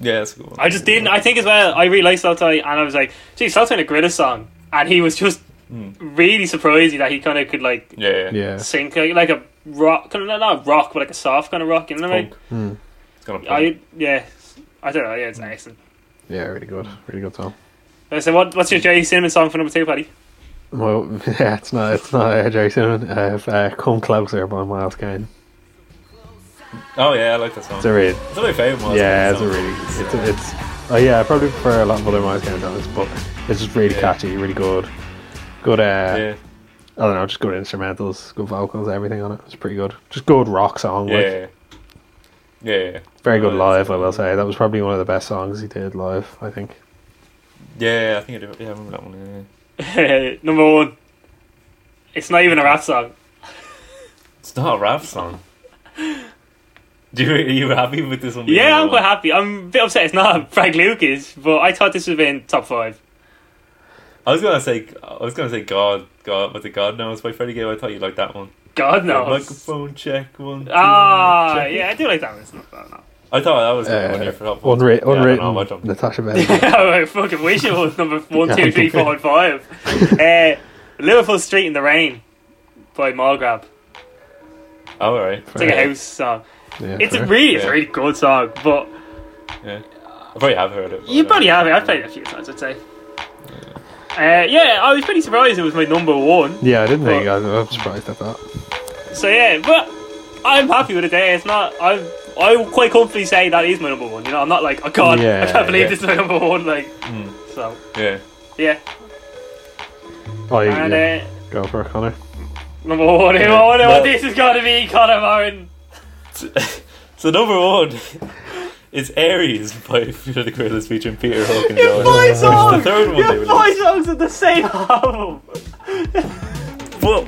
Speaker 3: Yeah, that's a good one.
Speaker 1: I just didn't. I think as well, I really liked Saltai, and I was like, gee, Saltai had a Greta song. And he was just really surprised that he kind of could, like,
Speaker 3: yeah,
Speaker 2: Yeah.
Speaker 1: sink, like, like a rock, kind of not a rock, but like a soft kind of rock, you know what I mean?
Speaker 3: Punk.
Speaker 2: Hmm.
Speaker 3: It's gonna punk.
Speaker 1: I, yeah. I don't know, yeah, it's excellent.
Speaker 2: Yeah, really good. Really good song.
Speaker 1: Uh, So, what, what's your Jerry Cinnamon song for number two, Paddy?
Speaker 2: Well, yeah, it's not it's not uh, Jerry Cinnamon. Uh, it's, uh, Come Closer by Miles Kane.
Speaker 3: Oh yeah, I like that song.
Speaker 2: It's a really,
Speaker 3: It's only favorite one.
Speaker 2: yeah,
Speaker 3: that
Speaker 2: it's a
Speaker 3: song.
Speaker 2: really, it's, a, it's oh yeah, I probably prefer a lot of other Miles Kane songs, but it's just really
Speaker 3: Yeah.
Speaker 2: catchy, really good, good. Uh,
Speaker 3: yeah,
Speaker 2: I don't know, just good instrumentals, good vocals, everything on it. It's pretty good. Just good rock song.
Speaker 3: yeah,
Speaker 2: like,
Speaker 3: yeah, yeah.
Speaker 2: very good
Speaker 3: Oh, yeah,
Speaker 2: live. I will say that was probably one of the best songs he did live. I think.
Speaker 3: Yeah, I think I, do, yeah, I remember that one. Yeah.
Speaker 1: number one. It's not even a rap song.
Speaker 3: It's not a rap song. Do you, are you happy with this one? being
Speaker 1: Yeah, I'm
Speaker 3: number
Speaker 1: quite
Speaker 3: one?
Speaker 1: happy. I'm a bit upset it's not Frank Lucas, but I thought this would have been top five.
Speaker 3: I was gonna say, I was gonna say, God, God, was it God knows by Freddie Gill? I thought you liked that one.
Speaker 1: God knows.
Speaker 3: Microphone check one. two,
Speaker 1: Ah,
Speaker 3: check.
Speaker 1: yeah, I do like that one. It's not bad, no.
Speaker 3: I thought that was the one
Speaker 2: Uh,
Speaker 3: here for top one.
Speaker 2: unwritten,
Speaker 3: Yeah, I don't
Speaker 2: unwritten.
Speaker 3: know, I don't-
Speaker 2: Natasha Bedingfield.
Speaker 1: I fucking wish it was number one, two, three, four, and five. Uh, Liverpool Street in the Rain by Malgrab.
Speaker 3: Oh, all right.
Speaker 1: It's like a house song.
Speaker 2: Yeah,
Speaker 1: It's a
Speaker 2: fair.
Speaker 1: really, it's a
Speaker 3: Yeah.
Speaker 1: really good song, but
Speaker 3: Yeah. I probably have heard it. but,
Speaker 1: you
Speaker 3: uh,
Speaker 1: probably have it. I've played it a few times, I'd say. Uh, yeah, I was pretty surprised it was my number one.
Speaker 2: Yeah, I didn't think.
Speaker 1: But-
Speaker 2: I, I'm surprised at that.
Speaker 1: So yeah, but I'm happy with it. There, it's not. I I will quite comfortably say that is my number one. You know, I'm not like I can't. I
Speaker 2: Yeah,
Speaker 1: can't believe
Speaker 2: yeah. Hmm.
Speaker 1: this is my number one. Like, so
Speaker 3: Yeah.
Speaker 1: yeah.
Speaker 2: Oh, yeah,
Speaker 1: And
Speaker 2: yeah.
Speaker 1: uh,
Speaker 2: go for it, Connor.
Speaker 1: number one, who I wonder
Speaker 3: But-
Speaker 1: what this is gonna be, Conor Moran.
Speaker 3: So number one is Aries by Peter the Gorillas featuring Peter Hook and
Speaker 1: Your
Speaker 3: John.
Speaker 1: boy
Speaker 3: It's the
Speaker 1: songs.
Speaker 3: third one they
Speaker 1: Your boy
Speaker 3: released.
Speaker 1: songs are the same album.
Speaker 3: Well,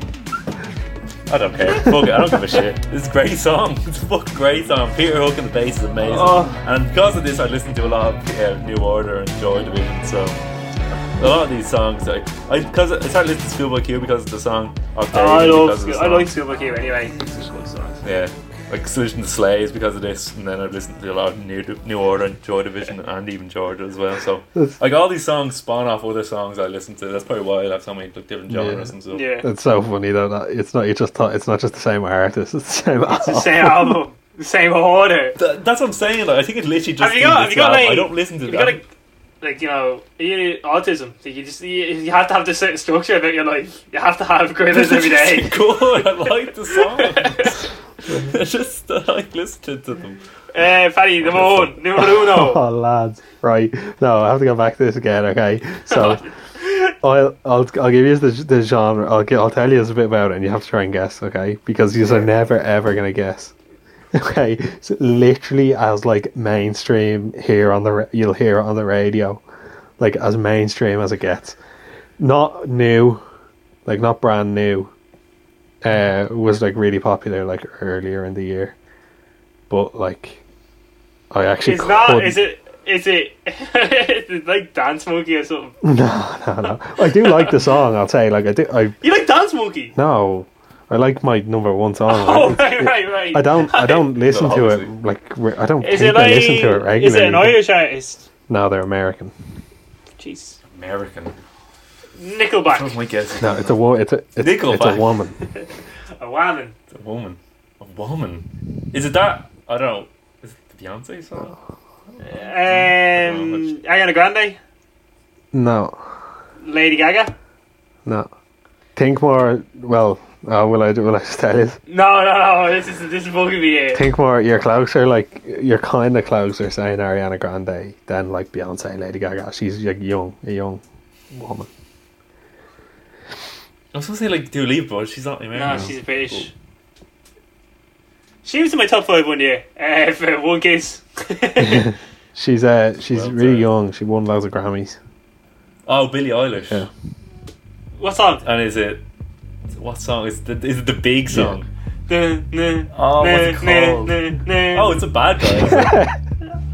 Speaker 3: I don't care. Fuck it, I don't give a shit. It's a great song. It's a fucking great song. Peter Hook and the bass is amazing.
Speaker 1: Oh.
Speaker 3: And because of this, I listened to a lot of uh, New Order and Joy Division. So a lot of these songs, like, I because I started listening to Schoolboy Q because of the song. Octave
Speaker 1: Oh, I love.
Speaker 3: because of the
Speaker 1: I
Speaker 3: song.
Speaker 1: like Silver Q anyway. It's just good songs.
Speaker 3: Yeah. Like Solution to Slaves because of this, and then I've listened to a lot of New, New Order and Joy Division and even Georgia as well. So, like, all these songs spawn off other songs I listen to. That's probably why I have so many like, different genres
Speaker 2: Yeah.
Speaker 3: and stuff.
Speaker 1: Yeah, it's
Speaker 2: It's so funny though that it's not you just thought it's not just the same artist, it's the same. It's
Speaker 1: the same album, the same order.
Speaker 3: Th- that's what I'm saying. Like, I think it literally just.
Speaker 1: Have you
Speaker 3: been
Speaker 1: got-
Speaker 3: this
Speaker 1: have you
Speaker 3: loud.
Speaker 1: got, like-
Speaker 3: I don't listen to
Speaker 1: you
Speaker 3: that.
Speaker 1: gotta like you know you autism so you just you, you have to have this certain structure about your life you have to have gorillas every day
Speaker 3: good. I like the songs. I just I like listening to them.
Speaker 1: uh, Fatty number one numero uno
Speaker 2: Oh lads, right? No, I have to go back to this again. Okay, so I'll I'll, I'll give you the, the genre. I'll gi- I'll tell you a bit about it, and you have to try and guess. Okay, because you're never ever gonna guess. Okay, so literally as like mainstream here on the ra- you'll hear it on the radio, like as mainstream as it gets. Not new, like not brand new. Uh, was like really popular like earlier in the year, but like. I actually
Speaker 1: it's not
Speaker 2: couldn't-
Speaker 1: is it is it it's like Dance Monkey or something
Speaker 2: No, no, no. I do like the song. I'll say, like, I do. I
Speaker 1: you like Dance Monkey
Speaker 2: no, I like my number one song.
Speaker 1: oh
Speaker 2: I,
Speaker 1: right right right
Speaker 2: I don't. I don't listen to
Speaker 3: obviously.
Speaker 2: it. Like, re- I don't
Speaker 1: is
Speaker 2: think
Speaker 1: it like
Speaker 2: I listen to it regularly.
Speaker 1: is it an Irish artist
Speaker 2: No, they're American.
Speaker 1: jeez
Speaker 3: American. That was
Speaker 1: Nickelback
Speaker 3: my guess.
Speaker 2: No, it's a wo- It's a it's, it's a
Speaker 3: Nickelback.
Speaker 2: woman.
Speaker 1: a woman
Speaker 3: It's a woman. A woman. Is it that? I don't know. Is it the Beyonce song?
Speaker 2: Mm.
Speaker 1: um, Ariana Grande
Speaker 2: No,
Speaker 1: Lady Gaga
Speaker 2: no. Think more. Well, oh, will I? do- Will I just tell you?
Speaker 1: no no no this is this is fucking the year
Speaker 2: Think more. You're closer. Like you're kind of closer saying Ariana Grande than like Beyonce, Lady Gaga. She's like young, a young woman.
Speaker 3: I was gonna say like Dua Lipa. but She's not American.
Speaker 1: No, she's British. She was in my top five one year uh, for one kiss.
Speaker 2: She's uh, she's
Speaker 3: Well
Speaker 2: really
Speaker 3: done.
Speaker 2: young. She won loads of Grammys.
Speaker 3: Oh, Billie Eilish.
Speaker 2: Yeah.
Speaker 1: what song?
Speaker 3: And is it what song is the is it the big song?
Speaker 1: Nah, nah,
Speaker 3: Oh, what's it
Speaker 1: nah,
Speaker 3: called?
Speaker 1: nah, nah, nah.
Speaker 3: Oh, it's a bad guy. is it?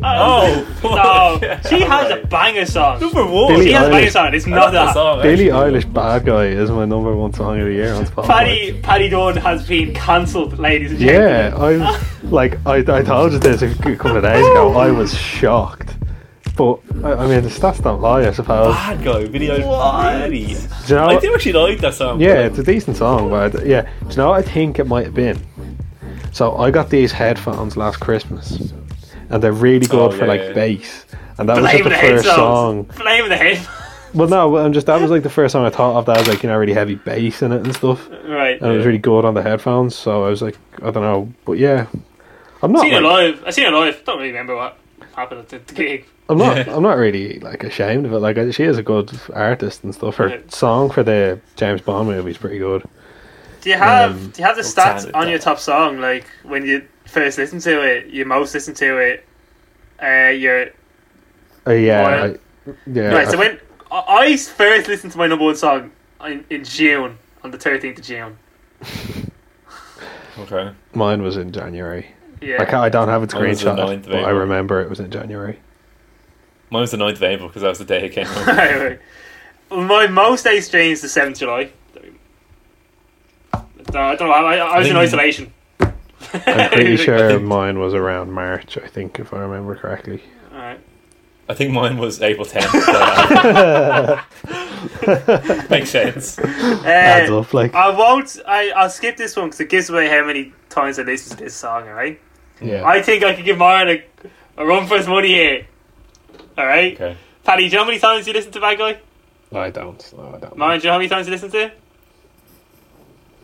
Speaker 3: oh,
Speaker 1: No,
Speaker 3: fuck.
Speaker 1: she has a
Speaker 3: Alright.
Speaker 1: banger song.
Speaker 3: number one.
Speaker 2: Billie
Speaker 1: She has a
Speaker 2: Eilish.
Speaker 1: banger song. It's
Speaker 3: I
Speaker 1: not
Speaker 3: love that
Speaker 1: that.
Speaker 3: song.
Speaker 2: Billie
Speaker 3: actually.
Speaker 2: Eilish, "Bad Guy" is my number one song of the year on Spotify.
Speaker 1: Paddy Paddy Dawn has been cancelled, ladies and
Speaker 2: Yeah,
Speaker 1: gentlemen.
Speaker 2: I was like, I, I told you this a c- couple of days ago. I was shocked, but I, I mean the stats don't lie, I suppose.
Speaker 3: Bad guy. Billie
Speaker 1: What?
Speaker 3: Eilish. Really?
Speaker 2: Do you know?
Speaker 3: I
Speaker 2: what-
Speaker 3: do actually like that song.
Speaker 2: Oh. Yeah, it's a decent song, but yeah. Do you know what I think it might have been? So I got these headphones last Christmas, and they're really
Speaker 3: Oh,
Speaker 2: good for
Speaker 3: yeah,
Speaker 2: like
Speaker 3: yeah.
Speaker 2: bass. And that was
Speaker 1: Blame
Speaker 2: just the
Speaker 1: the head
Speaker 2: first song.
Speaker 1: songs. Blame the head.
Speaker 2: Well, no, but I'm just that was like the first song I thought of that was like you know really heavy bass in it and stuff, and
Speaker 1: Right.
Speaker 2: it was really good on the headphones. So I was like, I don't know, but yeah, I'm not.
Speaker 1: seen it
Speaker 2: like-
Speaker 1: live. I seen it live. Don't really remember what happened at the, the gig.
Speaker 2: I'm not.
Speaker 3: Yeah.
Speaker 2: I'm not really like ashamed of it. Like I- she is a good artist and stuff. Her
Speaker 1: Yeah.
Speaker 2: song for the James Bond movie is pretty good.
Speaker 1: Do you have
Speaker 2: Um,
Speaker 1: Do you have the
Speaker 3: Stand
Speaker 1: stats
Speaker 3: It
Speaker 1: on your
Speaker 3: Down.
Speaker 1: top song? Like when you first listen to it, you most listen to it. Uh, your
Speaker 2: Uh, yeah,
Speaker 1: Well,
Speaker 2: I- yeah.
Speaker 1: right. So
Speaker 2: I-
Speaker 1: when I I first listened to my number one song in, in June on the thirteenth of June.
Speaker 3: Okay.
Speaker 2: mine was in January.
Speaker 1: Yeah.
Speaker 2: I can't, I don't have a
Speaker 3: Mine was the
Speaker 2: screenshot,
Speaker 3: ninth of
Speaker 2: of it, but I
Speaker 3: April.
Speaker 2: remember it was in January.
Speaker 3: Mine was the 9th of April because that was the day it came out.
Speaker 1: Right, right. My most day stream is the seventh July. No, I don't know. I, I was in
Speaker 3: I think-
Speaker 1: isolation.
Speaker 2: I'm pretty sure
Speaker 3: think-
Speaker 2: mine was around March. I think, if I remember correctly.
Speaker 1: Alright.
Speaker 3: I think mine was April 10th. Makes sense.
Speaker 2: Adds
Speaker 1: Uh,
Speaker 2: up, like
Speaker 1: I won't. I, I'll skip this one because it gives away how many times I listened to this song. Alright.
Speaker 2: yeah.
Speaker 1: I think I could give Myron a, a run for his money here. Alright.
Speaker 3: Okay.
Speaker 1: Paddy, do you know how many times you listen to Bad Guy?
Speaker 2: I don't. No, I don't.
Speaker 1: Myron, do you know how many times you listen to? it?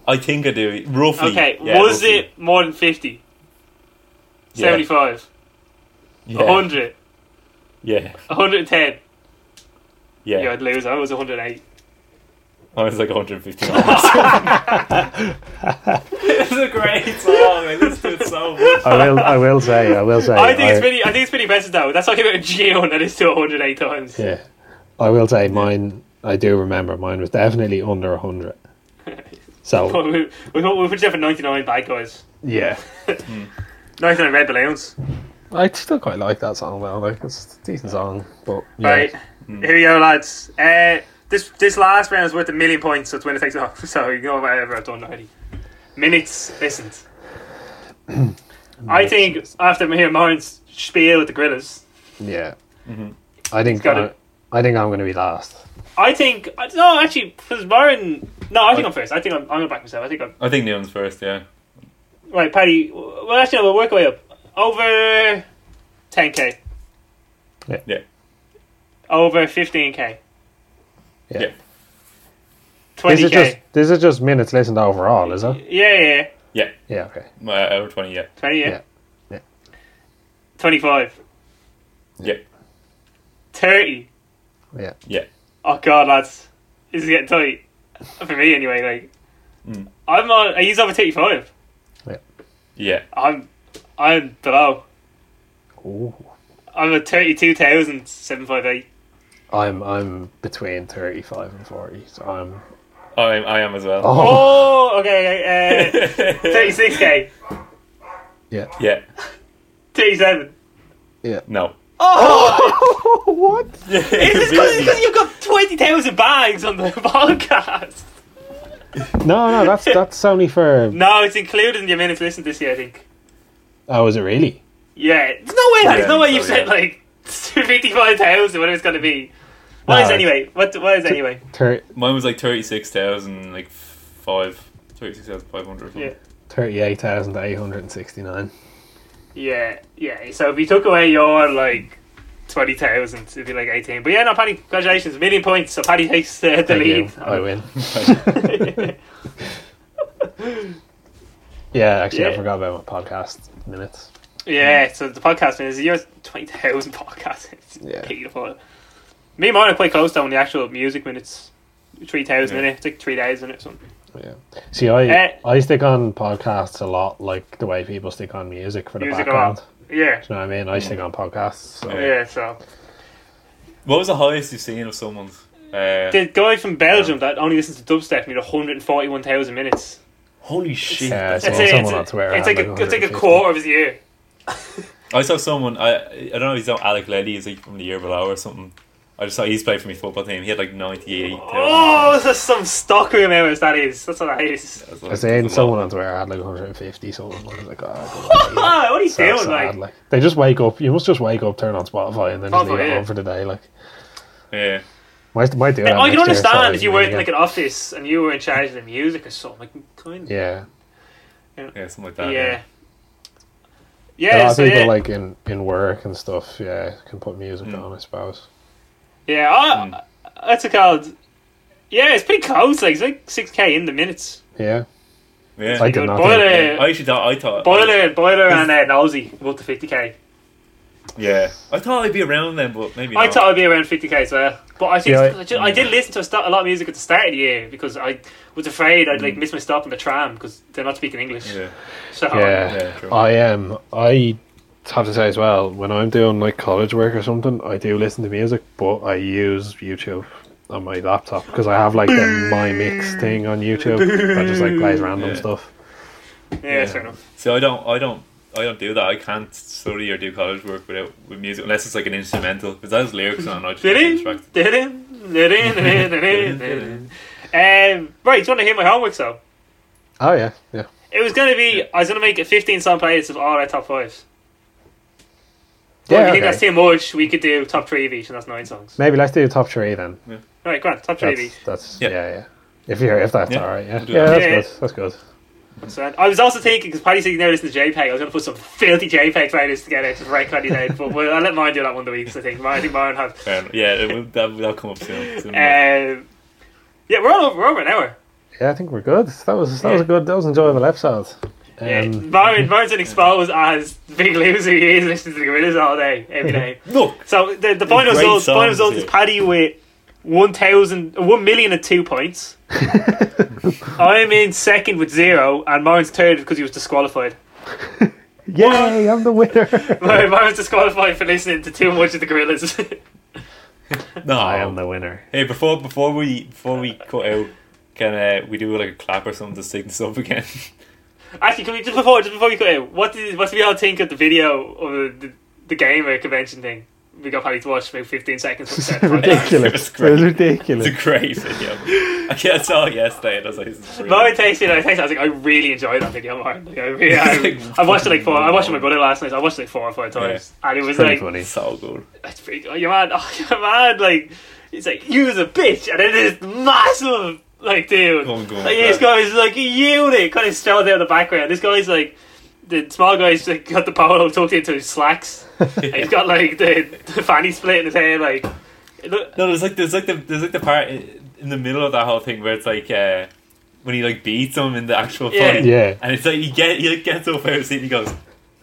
Speaker 3: I think I do. Roughly.
Speaker 1: Okay.
Speaker 3: Yeah,
Speaker 1: was
Speaker 3: roughly.
Speaker 1: it more than fifty?
Speaker 3: Yeah.
Speaker 1: Seventy-five.
Speaker 3: Yeah.
Speaker 1: hundred.
Speaker 3: Yeah.
Speaker 1: hundred and ten.
Speaker 3: Yeah.
Speaker 1: Yeah, I'd lose. I was hundred and eight.
Speaker 3: I was like 150 It's a great song. I listened to it so much.
Speaker 2: I will. I will say. I will say.
Speaker 1: I think it's pretty. I think it's pretty impressive though. That's talking about Geo that is still 108 times.
Speaker 2: Yeah, I will say mine. I do remember mine was definitely under hundred.
Speaker 1: But
Speaker 2: So
Speaker 1: we, we, we put you for 99 bad guys.
Speaker 2: yeah,
Speaker 1: 99 red balloons.
Speaker 2: I still quite like that song though. Like it's a decent song, but yeah.
Speaker 1: Right. Here we go, lads. Uh, this this last round is worth a million points, so it's when it takes off. So ignore whatever I've done already. Minutes listened. I think after hearing Martin's spiel with the grillers,
Speaker 2: yeah. I think
Speaker 1: got
Speaker 2: I,
Speaker 1: it.
Speaker 2: I think I'm going to be last.
Speaker 1: I think I- no, actually, because Martin. No, I think I'm first. I think I'm, I'm gonna back myself. I think I'm
Speaker 3: I think Neon's first, yeah.
Speaker 1: right, Paddy. Well, actually, we'll work our way up over 10k.
Speaker 3: Yeah.
Speaker 1: over 15k,
Speaker 2: Yeah.
Speaker 3: Yeah.
Speaker 2: These are
Speaker 1: 20k.
Speaker 2: just these are just minutes listened overall, is it?
Speaker 1: yeah, yeah, yeah,
Speaker 3: Yeah.
Speaker 2: Yeah. Okay.
Speaker 3: Uh, over 20, yeah.
Speaker 1: 20, yeah.
Speaker 2: Yeah. Yeah.
Speaker 1: 25,
Speaker 3: Yeah.
Speaker 1: 30.
Speaker 2: Yeah.
Speaker 3: Yeah.
Speaker 1: Oh god, lads, this is getting tight for me anyway. Like,
Speaker 3: Mm.
Speaker 1: I'm on. I use over 35.
Speaker 3: Yeah.
Speaker 1: I'm, I'm below.
Speaker 2: Ooh.
Speaker 1: I'm at 32,758.
Speaker 2: I'm I'm between thirty five and forty, so I'm.
Speaker 3: I am, I am as well.
Speaker 2: Oh.
Speaker 1: Oh, okay, okay. Uh, 36k,
Speaker 2: Yeah.
Speaker 3: yeah.
Speaker 1: 37.
Speaker 3: No.
Speaker 2: what?
Speaker 1: It's because you've got 20,000 bags on the podcast.
Speaker 2: No, no, that's that's only for.
Speaker 1: No, it's included in your minutes listened this year, I think.
Speaker 2: Oh, is it really?
Speaker 1: Yeah, there's no way. There's no
Speaker 3: Yeah,
Speaker 1: way
Speaker 3: so,
Speaker 1: you've said
Speaker 3: yeah.
Speaker 1: like fifty-five thousand, whatever it's gonna be. What
Speaker 2: No,
Speaker 1: is
Speaker 2: it's-
Speaker 1: anyway? What what is anyway?
Speaker 2: Thir-
Speaker 3: Mine was like 36,000, like five. 36,500 or something.
Speaker 1: Yeah.
Speaker 2: thirty-eight thousand eight hundred and sixty-nine.
Speaker 1: Yeah, yeah. So if you took away your like twenty thousand, it'd be like eighteen. But yeah, no, Paddy, congratulations, million points. So Paddy takes uh, the
Speaker 2: Thank you.
Speaker 1: lead.
Speaker 2: I win.
Speaker 1: win.
Speaker 2: Yeah, actually, I
Speaker 1: Yeah.
Speaker 2: forgot about my podcast minutes.
Speaker 1: yeah. So the podcast is your twenty thousand podcast. It's
Speaker 2: Yeah.
Speaker 1: beautiful. Me and mine are quite close though on the actual music minutes. Three thousand
Speaker 3: Yeah.
Speaker 1: in it. It's like three days in it or something.
Speaker 2: Yeah. See, I
Speaker 1: Eh.
Speaker 2: I stick on podcasts a lot, like the way people stick on music for the
Speaker 1: Music a
Speaker 2: background.
Speaker 1: lot. Yeah.
Speaker 2: Do you know what I mean? I stick on podcasts. So.
Speaker 3: Mm. Yeah.
Speaker 1: Yeah, so
Speaker 3: What was the highest you've seen of someone's? Uh,
Speaker 1: the guy from Belgium that only listens to dubstep made 141,000 minutes.
Speaker 3: holy shit!
Speaker 2: Yeah,
Speaker 3: that's
Speaker 2: I
Speaker 1: It's,
Speaker 2: saw
Speaker 1: a, it's,
Speaker 2: someone
Speaker 1: a,
Speaker 2: on Twitter
Speaker 1: it's
Speaker 2: had
Speaker 1: like a,
Speaker 2: like
Speaker 1: it's like a
Speaker 2: 150.
Speaker 1: quarter of his year.
Speaker 3: I saw someone. I I don't know. He's not Alec Letty. Is he from the year below or something? I just saw he's played for my football team. He had like uh, ninety eight.
Speaker 1: Oh, that's some stockroom hours that is. That's what that is.
Speaker 2: I seen someone on Twitter had like 150 something. I was like, oh, God,
Speaker 1: Ah, what are you
Speaker 2: so
Speaker 1: doing,
Speaker 2: sad.
Speaker 1: like?
Speaker 2: Like, they just wake up. You must just wake up, turn on Spotify, and then just leave
Speaker 1: Spotify,
Speaker 2: it
Speaker 1: yeah.
Speaker 2: on for the day. Like,
Speaker 3: Yeah,
Speaker 2: might, might do that.
Speaker 1: I
Speaker 2: next
Speaker 1: can
Speaker 2: year,
Speaker 1: understand
Speaker 2: sorry,
Speaker 1: if you
Speaker 2: yeah,
Speaker 1: worked in
Speaker 2: yeah.
Speaker 1: like an office and you were in charge of the music or something. Like, kind of.
Speaker 2: yeah.
Speaker 3: yeah, something like
Speaker 1: Yeah.
Speaker 3: that.
Speaker 1: Yeah,
Speaker 2: a lot of
Speaker 1: so
Speaker 2: people
Speaker 1: yeah.
Speaker 2: like in in work and stuff. Yeah, can put music
Speaker 3: Mm.
Speaker 2: on. I suppose.
Speaker 1: Yeah,
Speaker 2: Hmm.
Speaker 1: I, that's a called. Yeah, it's pretty close. Like it's like six k in the minutes.
Speaker 2: Yeah,
Speaker 3: yeah.
Speaker 2: I
Speaker 3: I,
Speaker 2: did
Speaker 1: Good
Speaker 2: not.
Speaker 1: boiler,
Speaker 2: think-
Speaker 3: actually thought I thought
Speaker 1: boiler, boiler, and uh, nosy up to fifty k.
Speaker 3: Yeah, I thought I'd be around then, but maybe
Speaker 1: I
Speaker 3: not.
Speaker 1: thought I'd be around fifty k as well. But I think
Speaker 2: Yeah, I-
Speaker 1: I, ju- I did listen to a, st- a lot of music at the start of the year because I was afraid I'd like miss my stop in the tram because they're not speaking English.
Speaker 3: Yeah,
Speaker 1: So
Speaker 2: Yeah,
Speaker 3: yeah, true.
Speaker 2: I am. I have to say as well, when I'm doing like college work or something, I do listen to music, but I use YouTube on my laptop because I have like the my mix thing on YouTube that just like plays random
Speaker 3: Yeah.
Speaker 2: stuff.
Speaker 1: yeah, fair enough.
Speaker 3: See, I don't, I don't, I don't do that. I can't study or do college work without with music unless it's like an instrumental because that has lyrics on. I just
Speaker 1: Did
Speaker 3: get
Speaker 1: it?
Speaker 3: distracted.
Speaker 1: Did it? Did it? Did it? Did it? Um, right, do you want to hear my homework? So
Speaker 2: Oh yeah, yeah.
Speaker 1: it was going to be. I was going to make a fifteen song playlist of all our top fives. But if you
Speaker 2: Yeah,
Speaker 1: think that's
Speaker 2: okay.
Speaker 1: too much, we could do top three of each, and that's nine songs.
Speaker 2: Maybe let's do top three then.
Speaker 1: Right, go on, top three of
Speaker 2: That's,
Speaker 1: each.
Speaker 2: that's
Speaker 3: Yeah.
Speaker 2: yeah, yeah. If you're if that's
Speaker 3: Yeah,
Speaker 2: all right, yeah,
Speaker 3: we'll do
Speaker 2: yeah,
Speaker 3: that.
Speaker 2: that's
Speaker 1: Yeah.
Speaker 2: good. That's good.
Speaker 1: So, I was also thinking, because Paddy said you never listen to JPEG, I was going to put some filthy JPEG playlists together to rank Paddy's head, but we'll, I'll let mine do that one of the weeks, I think. Mine, I think mine have.
Speaker 3: Fair enough. Yeah, it will, that, that'll come up soon. soon enough.
Speaker 1: Um, yeah, we're all over, we're over an hour.
Speaker 2: Yeah, I think we're good. That was that was a
Speaker 1: Yeah.
Speaker 2: good. That was an enjoyable episode. Um,
Speaker 1: Yeah, Mine, mine's been exposed as the big loser he is listening to the Gorillas all day, every day.
Speaker 3: Look,
Speaker 1: So the, the final
Speaker 3: Great
Speaker 1: result, final
Speaker 3: songs,
Speaker 1: result is
Speaker 3: yeah.
Speaker 1: Paddy with 1,000, 1 million and two points. I'm in second with zero, and Myron's third because he was disqualified.
Speaker 2: Yay! I'm the winner.
Speaker 1: Well, if I was disqualified for listening to too much of the gorillas.
Speaker 3: no,
Speaker 2: I am the winner.
Speaker 3: Hey, before before we before we cut out, can uh, we do like a clap or something to sync this up again?
Speaker 1: Actually, can we just before just before we cut in, what did what did we all think of the video of the, the, the gamer convention thing? We got Paddy to watch about fifteen seconds. From set.
Speaker 2: ridiculous.
Speaker 3: It was
Speaker 2: it was ridiculous.
Speaker 3: it's a great video. I can't- I saw it yesterday. And I was like, this is
Speaker 1: Mine
Speaker 3: brilliant.
Speaker 1: tasted, I tasted. I was like, I really enjoyed that video. Martin. Like, I, really, I, I watched it like four. I watched it with my brother last night. I watched it like four or five times, and it was
Speaker 2: Pretty
Speaker 1: like,
Speaker 2: funny.
Speaker 3: so good.
Speaker 1: that's pretty good. Your man, oh, your man, like, he's like, you was a bitch, and then this massive, like, dude.
Speaker 3: Going, going
Speaker 1: Like,
Speaker 3: like
Speaker 1: this
Speaker 3: that.
Speaker 1: guy's like a unit, kind of spelled out in the background. This guy's like, the small guy's like, got the polo tucked into his slacks. And he's got like the, the fanny split in his hair, like. it Look,
Speaker 3: No, there's like there's like the there's like the part in, in the middle of that whole thing where it's like uh, when he like beats him in the actual
Speaker 1: Yeah.
Speaker 3: fight.
Speaker 2: Yeah.
Speaker 3: And it's like he get he like, gets up out of his seat and he goes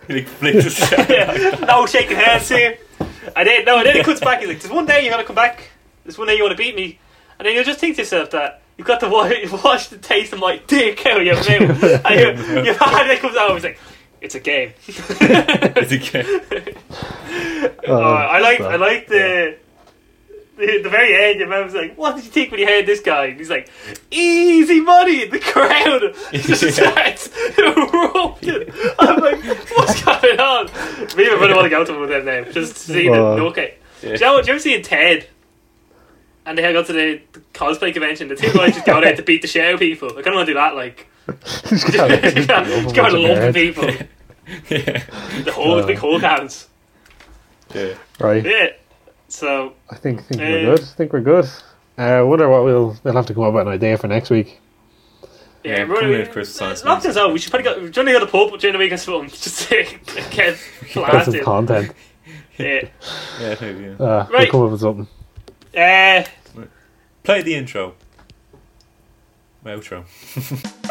Speaker 3: he like flicks his shirt.
Speaker 1: no shaking hands here. And then, no, and then he cuts back. He's like, there's one day you're going to come back. There's one day you want to beat me. And then you'll just think to yourself that you've got to wa- wash the taste of my dick out of your mouth. And your, your hand comes out and he's like, it's a game.
Speaker 3: It's okay.
Speaker 2: Oh,
Speaker 1: Oh, I like
Speaker 2: so-
Speaker 1: I like the, the the very end. Your man was like, "What did you think when you heard this guy?" And he's like, "Easy money." The crowd just starts erupting. I'm like, "What's going on?" Me and my brother want to go to one of them now. Just to see
Speaker 2: Oh.
Speaker 1: the okay. Do you know what? Do you ever see in Ted? And they go to the cosplay convention. The two guys just go there to beat the shit out of people. I kind of want to do that. Like,
Speaker 2: Just
Speaker 1: just
Speaker 2: gotta- just
Speaker 1: go
Speaker 2: gotta
Speaker 1: and lump
Speaker 2: lump it.
Speaker 1: people.
Speaker 3: yeah.
Speaker 1: The whole big Hulk hands.
Speaker 3: yeah.
Speaker 2: Right.
Speaker 1: Yeah. So
Speaker 2: I think think
Speaker 1: Uh,
Speaker 2: we're good. I think we're good. Uh, I wonder what we'll we'll have to come up with an idea for next week.
Speaker 1: Yeah,
Speaker 3: Yeah,
Speaker 1: we're
Speaker 3: come
Speaker 1: already-
Speaker 3: here, Chris, science
Speaker 1: Lockdown's out. We should probably go. Do you want to go to the pub during the week or something? Just to get
Speaker 2: Get some
Speaker 1: blasted.
Speaker 2: content.
Speaker 1: Yeah.
Speaker 3: Yeah, maybe, yeah.
Speaker 2: Uh,
Speaker 1: Right.
Speaker 2: We'll come up with something.
Speaker 1: Uh,
Speaker 3: Play the intro. My outro.